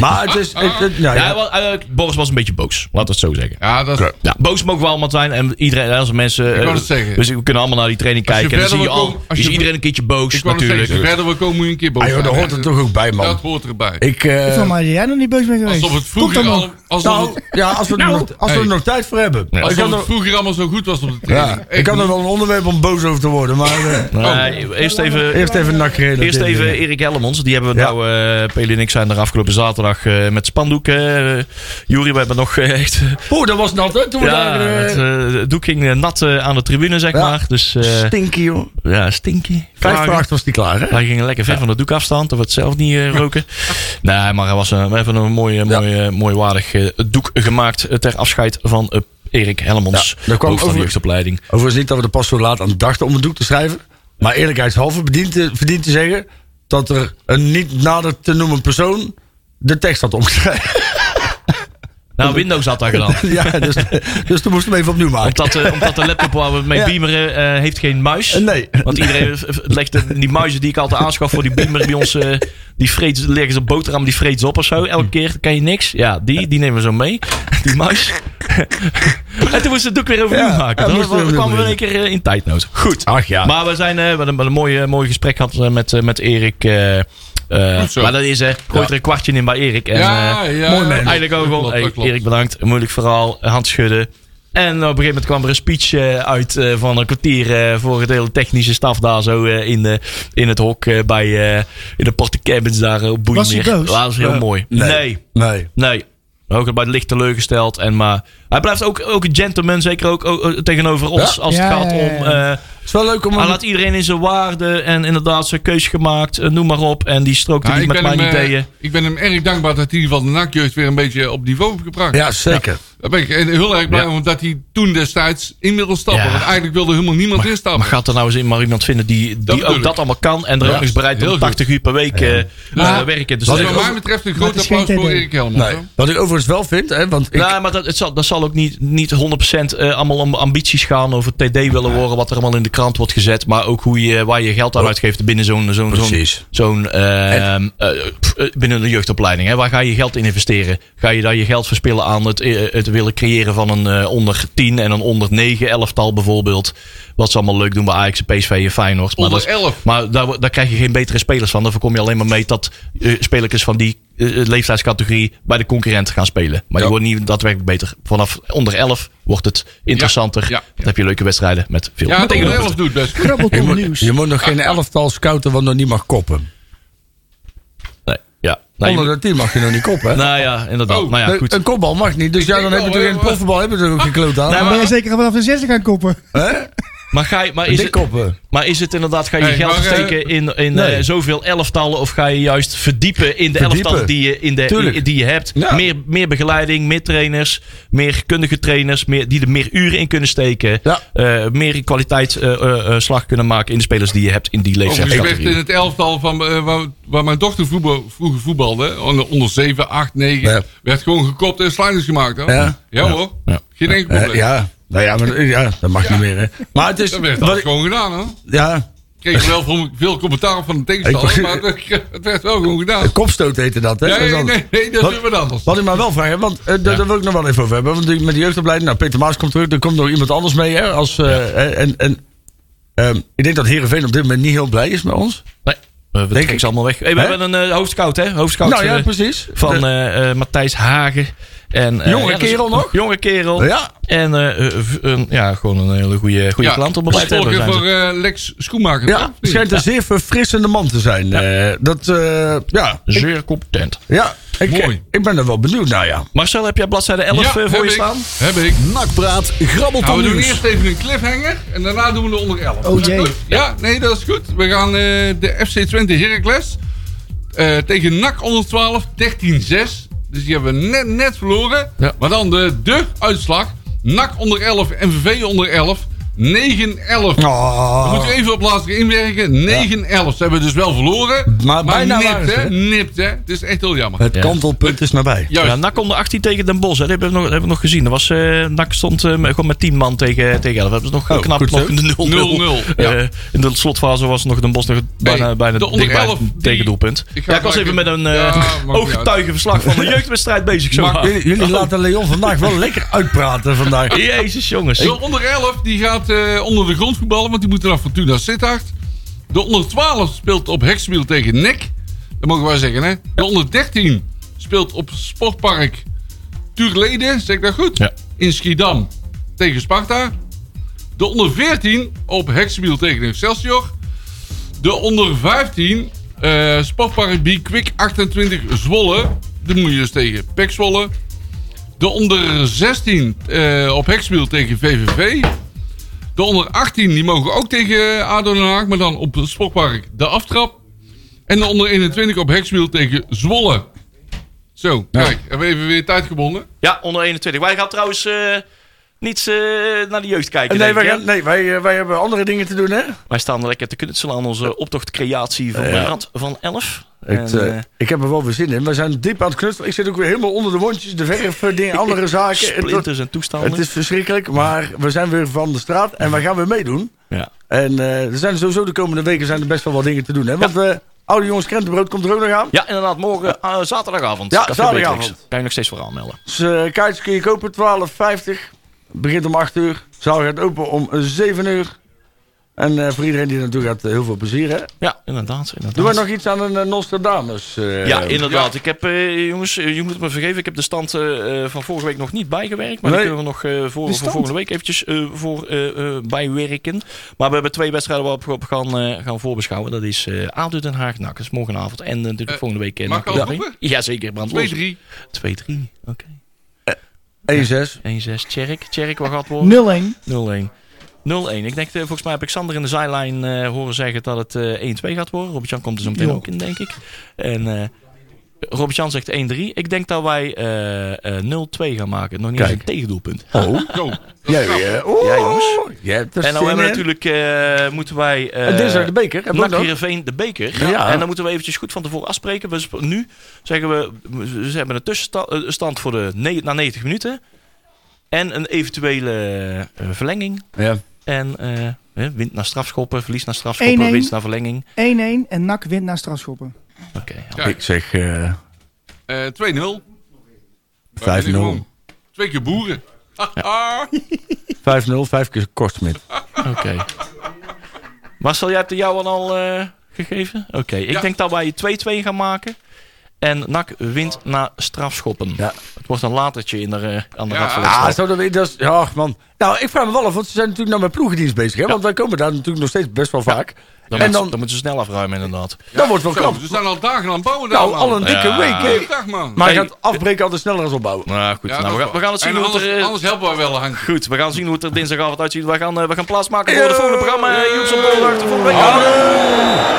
S3: Maar het is... het- het- nou
S2: Ja,
S3: ja.
S2: wel, eh, Boris was een beetje boos. Laten we het zo zeggen.
S5: Ja, dat is...
S2: Ja, boos mogen we allemaal zijn. En iedereen, als er mensen.
S5: wou
S2: eh,
S5: het zeggen.
S2: Dus we kunnen allemaal naar die training
S5: Als je
S2: kijken. En dan zie
S5: verder
S2: je
S5: wil
S2: al.
S5: komen- als
S2: is
S5: je-
S2: iedereen een keertje boos,
S5: Ik wou natuurlijk.
S2: natuurlijk.
S5: Zeggen, als je verder we komen, moet je een keer boven.
S3: Ah, joh, daar hoort het toch ook bij,
S5: Dat
S3: man.
S5: hoort erbij.
S3: Ik... eh,
S4: Volgens mij ben jij nog niet boos mee geweest.
S5: Alsof het vroeger
S4: Komt dan
S5: al...
S4: nog.
S5: Alsof
S3: nou,
S5: het,
S3: ja, als we, er, nog, als we er
S5: Hey.
S3: nog tijd voor hebben. Ik,
S5: alsof
S3: kan
S5: het
S3: er,
S5: vroeger allemaal zo goed was op de training.
S3: ja, ik kan er wel een onderwerp om boos over te worden, maar... eh,
S2: Nee, eerst even.
S3: Eerst even nak gereden.
S2: Eerst even Erik Helmonds. Die hebben we
S3: Ja.
S2: nou, eh Peli en ik zijn er afgelopen zaterdag eh, met spandoeken. eh Jury, we hebben nog eh, echt...
S3: Oeh, dat was nat, hè? Toen we
S2: ja,
S3: daar... eh,
S2: het, eh, het doek ging eh, nat eh, aan de tribune, zeg
S3: Ja.
S2: maar. Dus eh,
S3: Stinky, joh.
S2: ja, stinky.
S3: Vijf voor
S2: Vragen.
S3: acht was die klaar, hè?
S2: Wij gingen lekker ver van het doek afstand, dat we het zelf niet eh, roken. nee, maar hij was een, we hebben een mooi, eh, mooi, eh, mooi waardig eh, doek gemaakt eh, ter afscheid van eh, Erik Helmonds,
S3: Ja, daar kwam
S2: hoofd van de
S3: over-
S2: jeugdopleiding.
S3: Overigens niet dat we er pas zo laat aan dachten om het doek te schrijven. Maar eerlijkheidshalve verdient te, verdient te zeggen... dat er een niet nader te noemen persoon... de tekst had omgeschreven.
S2: Nou, Windows had dat gedaan.
S3: ja, dus, dus toen moesten we hem even opnieuw maken.
S2: Omdat, eh, omdat de laptop waar we mee
S3: Ja.
S2: beameren eh, heeft geen muis.
S3: Eh, nee.
S2: Want iedereen v- v- legt de- die muizen die ik altijd aanschaf voor die beamer bij ons. eh, die vreet,
S3: Mm.
S2: leggen ze op boterham, die vreet ze op of zo. Elke keer kan je niks. Ja, die, die nemen we zo mee. Die muis. en toen moest het doek weer overnieuw
S3: Ja,
S2: maken.
S3: ja,
S2: Dan
S3: moesten we
S2: kwamen we
S3: overnieuw
S2: weer een keer eh, in tijdnood. Goed.
S3: Ach ja.
S2: Maar we zijn eh, we hebben een, een mooi, eh, mooi gesprek gehad eh, met, eh, met Erik. eh, eh,
S5: Goed zo.
S2: maar dat is, hè, gooi er een kwartje in bij Erik. En,
S5: ja,
S2: eh,
S5: ja.
S3: mooi man.
S2: Eigenlijk ook wel.
S5: Dat klopt,
S2: hey,
S5: dat klopt.
S2: Erik, bedankt. Moeilijk verhaal. Hand schudden. En op een gegeven moment kwam er een speech eh, uit eh, van een kwartier eh, voor het hele technische staf daar zo eh, in, de, in het hok eh, bij eh, in de Porte Cabins daar eh, op
S4: Was hij
S2: Boeimeer.
S4: boos?
S2: Dat was heel mooi.
S3: nee.
S2: nee.
S3: Nee.
S2: Nee. Ook bij het licht teleurgesteld. En maar hij blijft ook, ook een gentleman, zeker ook, ook, eh, tegenover ons. Als het
S4: Ja,
S2: gaat
S4: ja, ja, ja.
S2: om. eh,
S3: Het is wel leuk om...
S2: hij laat iedereen in zijn waarde. En inderdaad zijn keus gemaakt. eh, noem maar op. En die strookt er
S5: Nou,
S2: niet met
S5: ik, ben
S2: mijn
S5: hem, eh,
S2: ideeën.
S5: ik ben hem erg dankbaar dat hij van de nakjeugd weer een beetje op niveau heeft gebracht.
S3: Ja, zeker.
S5: Daar ben ik heel erg blij
S2: Ja.
S5: om dat hij toen destijds in wilde stappen.
S2: Ja.
S5: Want eigenlijk wilde helemaal niemand instappen.
S2: Maar gaat er nou eens in maar iemand vinden die, die
S5: bedoel
S2: ook
S5: ik.
S2: dat allemaal kan. En er ook nog eens bereid
S5: heel
S2: om
S5: goed.
S2: 80 uur per week eh,
S5: Ja.
S2: eh, werken. Dus
S5: Dus
S2: dat
S5: wat
S2: is-
S5: mij betreft een
S4: Maar
S5: groot
S4: het is geen
S5: applaus voor
S4: TD.
S5: Erik Helmond.
S3: Nee.
S5: hoor.
S3: Wat ik overigens wel vind, hè, want ik...
S2: Nee, maar dat, het zal, dat zal ook niet, niet 100% eh, allemaal om ambities gaan over TD willen horen, wat er allemaal in de krant wordt gezet. Maar ook hoe je, waar je geld aan uitgeeft binnen zo'n zo'n zo'n
S3: Oh. Precies.
S2: zo'n eh, eh, pff, eh, binnen de jeugdopleiding. Hè? Waar ga je geld in investeren? Ga je daar je geld verspillen aan het, eh, het willen creëren van een eh, onder 10 en een onder 9 elftal bijvoorbeeld? Wat ze allemaal leuk doen bij Ajax, PSV en Feyenoord. Maar,
S5: Onder
S2: dat is-
S5: 11.
S2: maar daar, wo- daar krijg je geen betere spelers van. Dan voorkom je alleen maar mee dat eh, spelers van die eh, leeftijdscategorie bij de concurrent gaan spelen. Maar die worden niet daadwerkelijk beter. Vanaf onder 11 wordt het interessanter.
S5: Ja, ja, ja.
S2: Dan heb je leuke wedstrijden met veel
S5: Ja,
S2: tegendoelpunten.
S5: de elf doet best goed.
S3: Je
S4: Krabbelton
S3: moet,
S4: nieuws.
S3: je moet nog geen elftal scouten, want nog niet mag koppen.
S2: Nee, ja. Nee,
S3: Onder dat team mag je nog niet koppen, hè?
S2: nou ja, inderdaad.
S5: Oh,
S2: nou ja,
S3: Nee,
S2: goed.
S3: Een kopbal mag niet, dus ja,
S5: denk
S3: dan
S5: wel,
S3: hebben we toch
S5: hè,
S3: in
S5: maar-
S3: profvoetbal hebben we er ook geen kloot aan.
S2: Nee,
S4: Dan ben je zeker vanaf de 60 gaan kopen.
S3: Hè?
S2: Maar, ga je, maar, is
S3: Dik
S2: het,
S3: koppen.
S2: maar is het inderdaad, ga je
S5: Hey,
S2: geld
S5: maar, eh,
S2: steken in, in
S3: nee.
S2: eh, zoveel elftallen? Of ga je juist verdiepen in de
S3: Verdiepen.
S2: elftallen die je, in de,
S3: Tuurlijk.
S2: die je hebt?
S3: Ja.
S2: Meer, meer begeleiding, meer trainers, meer kundige trainers, meer, die er meer uren in kunnen steken.
S3: Ja.
S2: eh, meer kwaliteitsslag kunnen maken in de spelers die je hebt in die
S5: Overigens Oh, werd in
S2: leeftijdscategorie.
S5: het elftal van, eh, waar, waar mijn dochter voetbal, vroeger voetbalde, onder, onder 7, 8, 9,
S3: Ja.
S5: werd gewoon gekopt en sliders gemaakt. Hoor.
S3: Ja.
S5: hoor,
S2: Ja.
S5: geen enkel
S3: Eh,
S5: probleem.
S3: ja. Nou ja, maar, ja, dat mag niet meer, hè? Maar het is...
S5: Dat werd
S3: wat
S5: alles
S3: ik-
S5: gewoon gedaan hoor.
S3: ja,
S5: Kreeg wel veel, veel commentaar van de tegenstander,
S3: Ik-
S5: maar het- het werd wel gewoon
S3: een
S5: gedaan.
S3: kopstoot heette dat, hè?
S5: Nee,
S3: Dat is
S5: nee,
S3: anders.
S5: nee, nee, dat
S3: Wat-
S5: is weer wat anders.
S3: Wat ik maar wel vraag, hè, want eh, daar- daar wil ik nog wel even over hebben. Want die- met de jeugdopleiding, nou, Peter Maas komt terug, er komt nog iemand anders mee. Hè, als, eh, eh, en, en, ehm, ik denk dat Herenveen op dit moment niet heel blij is met ons.
S2: Nee, eh, we trekken
S3: ik.
S2: ze allemaal weg. Hey, we
S3: Hè?
S2: hebben een eh, hoofdscout, hè? Hoofdscout
S3: nou ja,
S2: eh,
S3: precies.
S2: van
S3: De-
S2: eh, eh, Matthijs Hagen. En, eh,
S3: Jonge
S2: ja, dat is-
S3: kerel nog?
S2: Jonge kerel.
S3: ja,
S2: En eh, eh, v- een- ja, gewoon een hele goede, goede klant om erbij te hebben.
S5: Volger
S2: zijn ze.
S5: voor eh, Lex Schoenmaker.
S3: ja,
S5: toch?
S3: het schijnt een zeer verfrissende man te zijn. eh, dat, eh, ja,
S2: Zeer competent.
S3: ja ik,
S5: Mooi.
S3: ik ben er wel benieuwd naar, ja.
S2: Marcel, heb jij bladzijde 11
S5: Ja,
S2: eh, voor
S5: heb
S2: je
S5: ik,
S2: staan?
S5: Heb ik.
S1: Nakpraat, grabbelt
S5: Nou, we doen
S1: nieuws.
S5: eerst even een cliffhanger en daarna doen we de onder 11.
S4: Oh,
S5: Is dat
S4: jee.
S5: goed? Ja, nee, dat is goed. We gaan eh, de FC Twente Heracles eh, tegen NAC 112 13-6. Dus die hebben we net, net verloren.
S2: Ja.
S5: Maar dan de, de uitslag. NAC onder 11, MVV onder 11, 9-11.
S3: Oh.
S5: We moeten even op laatste inwerken. 9-11. Ze hebben dus wel verloren.
S3: Maar bijna waren
S5: nipt,
S3: ze,
S5: hè?
S3: hè?
S5: Nipt, hè? Het is echt heel jammer.
S3: Het kantelpunt is nabij.
S5: Juist.
S2: Ja, NAC onder 18 tegen Den Bosch. Hè. Dat hebben we nog, dat hebben we nog gezien. Dat was, eh, NAC stond eh, gewoon met 10 man tegen, tegen 11. Hebben ze nog
S3: Oh,
S2: knap
S3: goed
S2: nog
S3: zo.
S2: de 0-0.
S5: 0-0, ja.
S2: Eh, in de slotfase was nog Den Bosch nog bijna,
S5: Nee,
S2: bijna
S5: de onder
S2: dichtbij
S5: 11 die-
S2: het tegendoelpunt.
S5: Ik ga
S2: ja, ik was
S5: gelijk
S2: even met
S5: even-
S2: een eh,
S5: Ja, maakt niet uit.
S2: ooggetuigenverslag van de jeugdwedstrijd bezig. Zo maar.
S3: Jullie, jullie laten Leon vandaag wel lekker uitpraten vandaag.
S2: Jezus, jongens.
S5: De onder 11 die gaat eh, onder de grond voetballen, want die moeten naar Fortuna Sittard. De onder 12 speelt op Hexwiel tegen NEC. Dat mogen we wel zeggen, hè? De onder 13 speelt op Sportpark Tuurleden, zeg ik dat goed?
S2: Ja.
S5: In Schiedam tegen Sparta. De onder 14 op Hexwiel tegen Excelsior. De onder 15 eh, Sportpark B Quick 28 Zwolle. De moet je dus tegen Pek Zwolle. De onder 16 eh, op Hekswiel tegen VVV. De onder 18 die mogen ook tegen ADO Den Haag, maar dan op het sportpark de aftrap. En de onder 21 op Hekswiel tegen Zwolle. Zo, kijk, hebben we even weer tijd gebonden.
S2: Ja, onder 21. Wij gaan trouwens eh, niet eh, naar de jeugd kijken.
S3: Nee,
S2: denk
S3: wij,
S2: ik, hè?
S3: gaan- nee wij, eh, wij hebben andere dingen te doen, hè?
S2: Wij staan lekker te knutselen aan onze optocht creatie van de
S3: Ja.
S2: Rad van 11.
S3: Ik,
S2: En,
S3: eh,
S2: eh,
S3: ik heb er wel weer zin in. We zijn diep aan het knutselen. Ik zit ook weer helemaal onder de wondjes, de verf, eh, dingen, andere zaken. Het wordt-
S2: splinters en toestanden.
S3: Het is verschrikkelijk, maar we zijn weer van de straat en we gaan weer meedoen.
S2: ja.
S3: En eh, er zijn sowieso de komende weken zijn er best wel wat dingen te doen. Hè? Want we Oude jongens krentenbrood komt er ook nog aan.
S2: Ja, inderdaad, morgen eh, zaterdagavond.
S3: Ja,
S2: Dat
S3: zaterdagavond.
S2: gebeurt niks. Kan je nog steeds voor aanmelden.
S3: Dus, eh, kaartjes kun je kopen, 12,50. Begint om 8 uur. Zaal gaat open om 7 uur. En eh, voor iedereen die er naartoe gaat, eh, heel veel plezier. Hè?
S2: Ja, inderdaad. inderdaad.
S3: Doen we nog iets aan een eh, Nostradamus? eh,
S2: Ja, inderdaad. Ik heb, eh, jongens, eh, je moet me vergeven. Ik heb de stand eh, eh, van vorige week nog niet bijgewerkt. Maar
S3: Nee.
S2: die kunnen we nog eh, voor, voor
S4: stand?
S2: volgende week eventjes eh, voor, eh, eh, bijwerken. Maar we hebben twee wedstrijden waarop we op gaan, eh, gaan voorbeschouwen. Dat is eh ADO Den Haag. Nou, dat is morgenavond. En eh, natuurlijk
S5: Eh,
S2: volgende week. eh,
S5: mag ik
S2: NAC
S5: al
S2: Willem
S5: roepen?
S2: II. Jazeker, Brand. 2-3.
S5: 2-3.
S2: 2-3. Oké.
S3: 1-6.
S2: 1-6. Tjerk. Tjerk, wat gaat worden?
S4: 0-1.
S2: 0-1. 0-1. Ik denk, eh, volgens mij heb ik Sander in de zijlijn eh, horen zeggen dat het eh 1-2 gaat worden. Robert-Jan komt er zo meteen
S4: Ja.
S2: ook in, denk ik. En eh, Robert-Jan zegt 1-3. Ik denk dat wij eh, eh, 0-2 gaan maken. Nog niet eens een tegendoelpunt.
S5: Zo.
S3: Oh, Jij, eh, oeh,
S2: Ja, jongens.
S3: jij hebt er
S2: en dan nou
S3: zin
S2: hebben we
S3: in.
S2: natuurlijk, eh, moeten wij... eh,
S3: En dinsdag de beker. Heb je
S2: NAC
S3: ook nog?
S2: Heerenveen de beker.
S3: Ja.
S2: En dan moeten we eventjes goed van tevoren afspreken. We sp- nu zeggen we, we hebben een tussenstand voor de ne- na 90 minuten. En een eventuele eh, verlenging.
S3: Ja.
S2: En eh, hè, wint naar strafschoppen, verlies naar strafschoppen,
S4: 1-1.
S2: winst naar verlenging.
S4: 1-1 en NAC wint na strafschoppen.
S2: Oké. ja.
S5: Kijk.
S3: Ik zeg eh,
S5: Eh, 2-0.
S3: 5-0.
S5: Twee keer boeren. Ah,
S3: 5-0, 5 keer Kortsmit.
S2: Oké. Marcel, jij hebt de jouwe al eh, gegeven? Oké. Ik
S5: Ja.
S2: denk dat wij 2-2 gaan maken. En NAC wint naar strafschoppen.
S3: Ja.
S2: Het wordt een latertje in de, eh, aan de
S5: Ja.
S2: rand van de
S3: Ah,
S2: straf.
S3: zo dat weet dat is. Ja, man. Nou, ik vraag me wel af, want ze zijn natuurlijk nou met ploegendienst bezig. Hè? Want wij komen daar natuurlijk nog steeds best wel vaak.
S2: Dan,
S3: en
S2: moet-
S3: dan,
S2: dan dus moeten ze snel afruimen, inderdaad.
S3: dat wordt wel
S5: zo,
S3: knap.
S5: Ze zijn al dagen aan het bouwen daar,
S3: Nou,
S5: man.
S3: al een dikke
S2: Ja.
S3: week. hè.
S5: Dag, man.
S3: Maar
S2: Hey.
S3: gaat afbreken altijd sneller als opbouwen.
S2: Nou goed,
S5: Ja, dat
S2: nou, we,
S5: is
S2: gaan,
S5: waar.
S2: we gaan het zien
S5: En
S2: hoe het
S5: anders,
S2: er... eh,
S5: anders helpen we wel een handje.
S2: Goed, we gaan zien hoe het er dinsdagavond uitziet. We gaan, eh, we gaan plaatsmaken voor het volgende programma. Eh, Joep's op donderdag, de volgende week.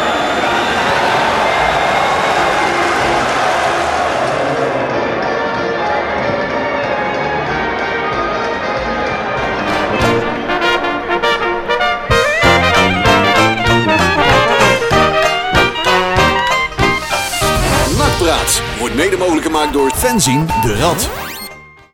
S1: Nakpraat wordt mede mogelijk gemaakt door Fenzin de Rad.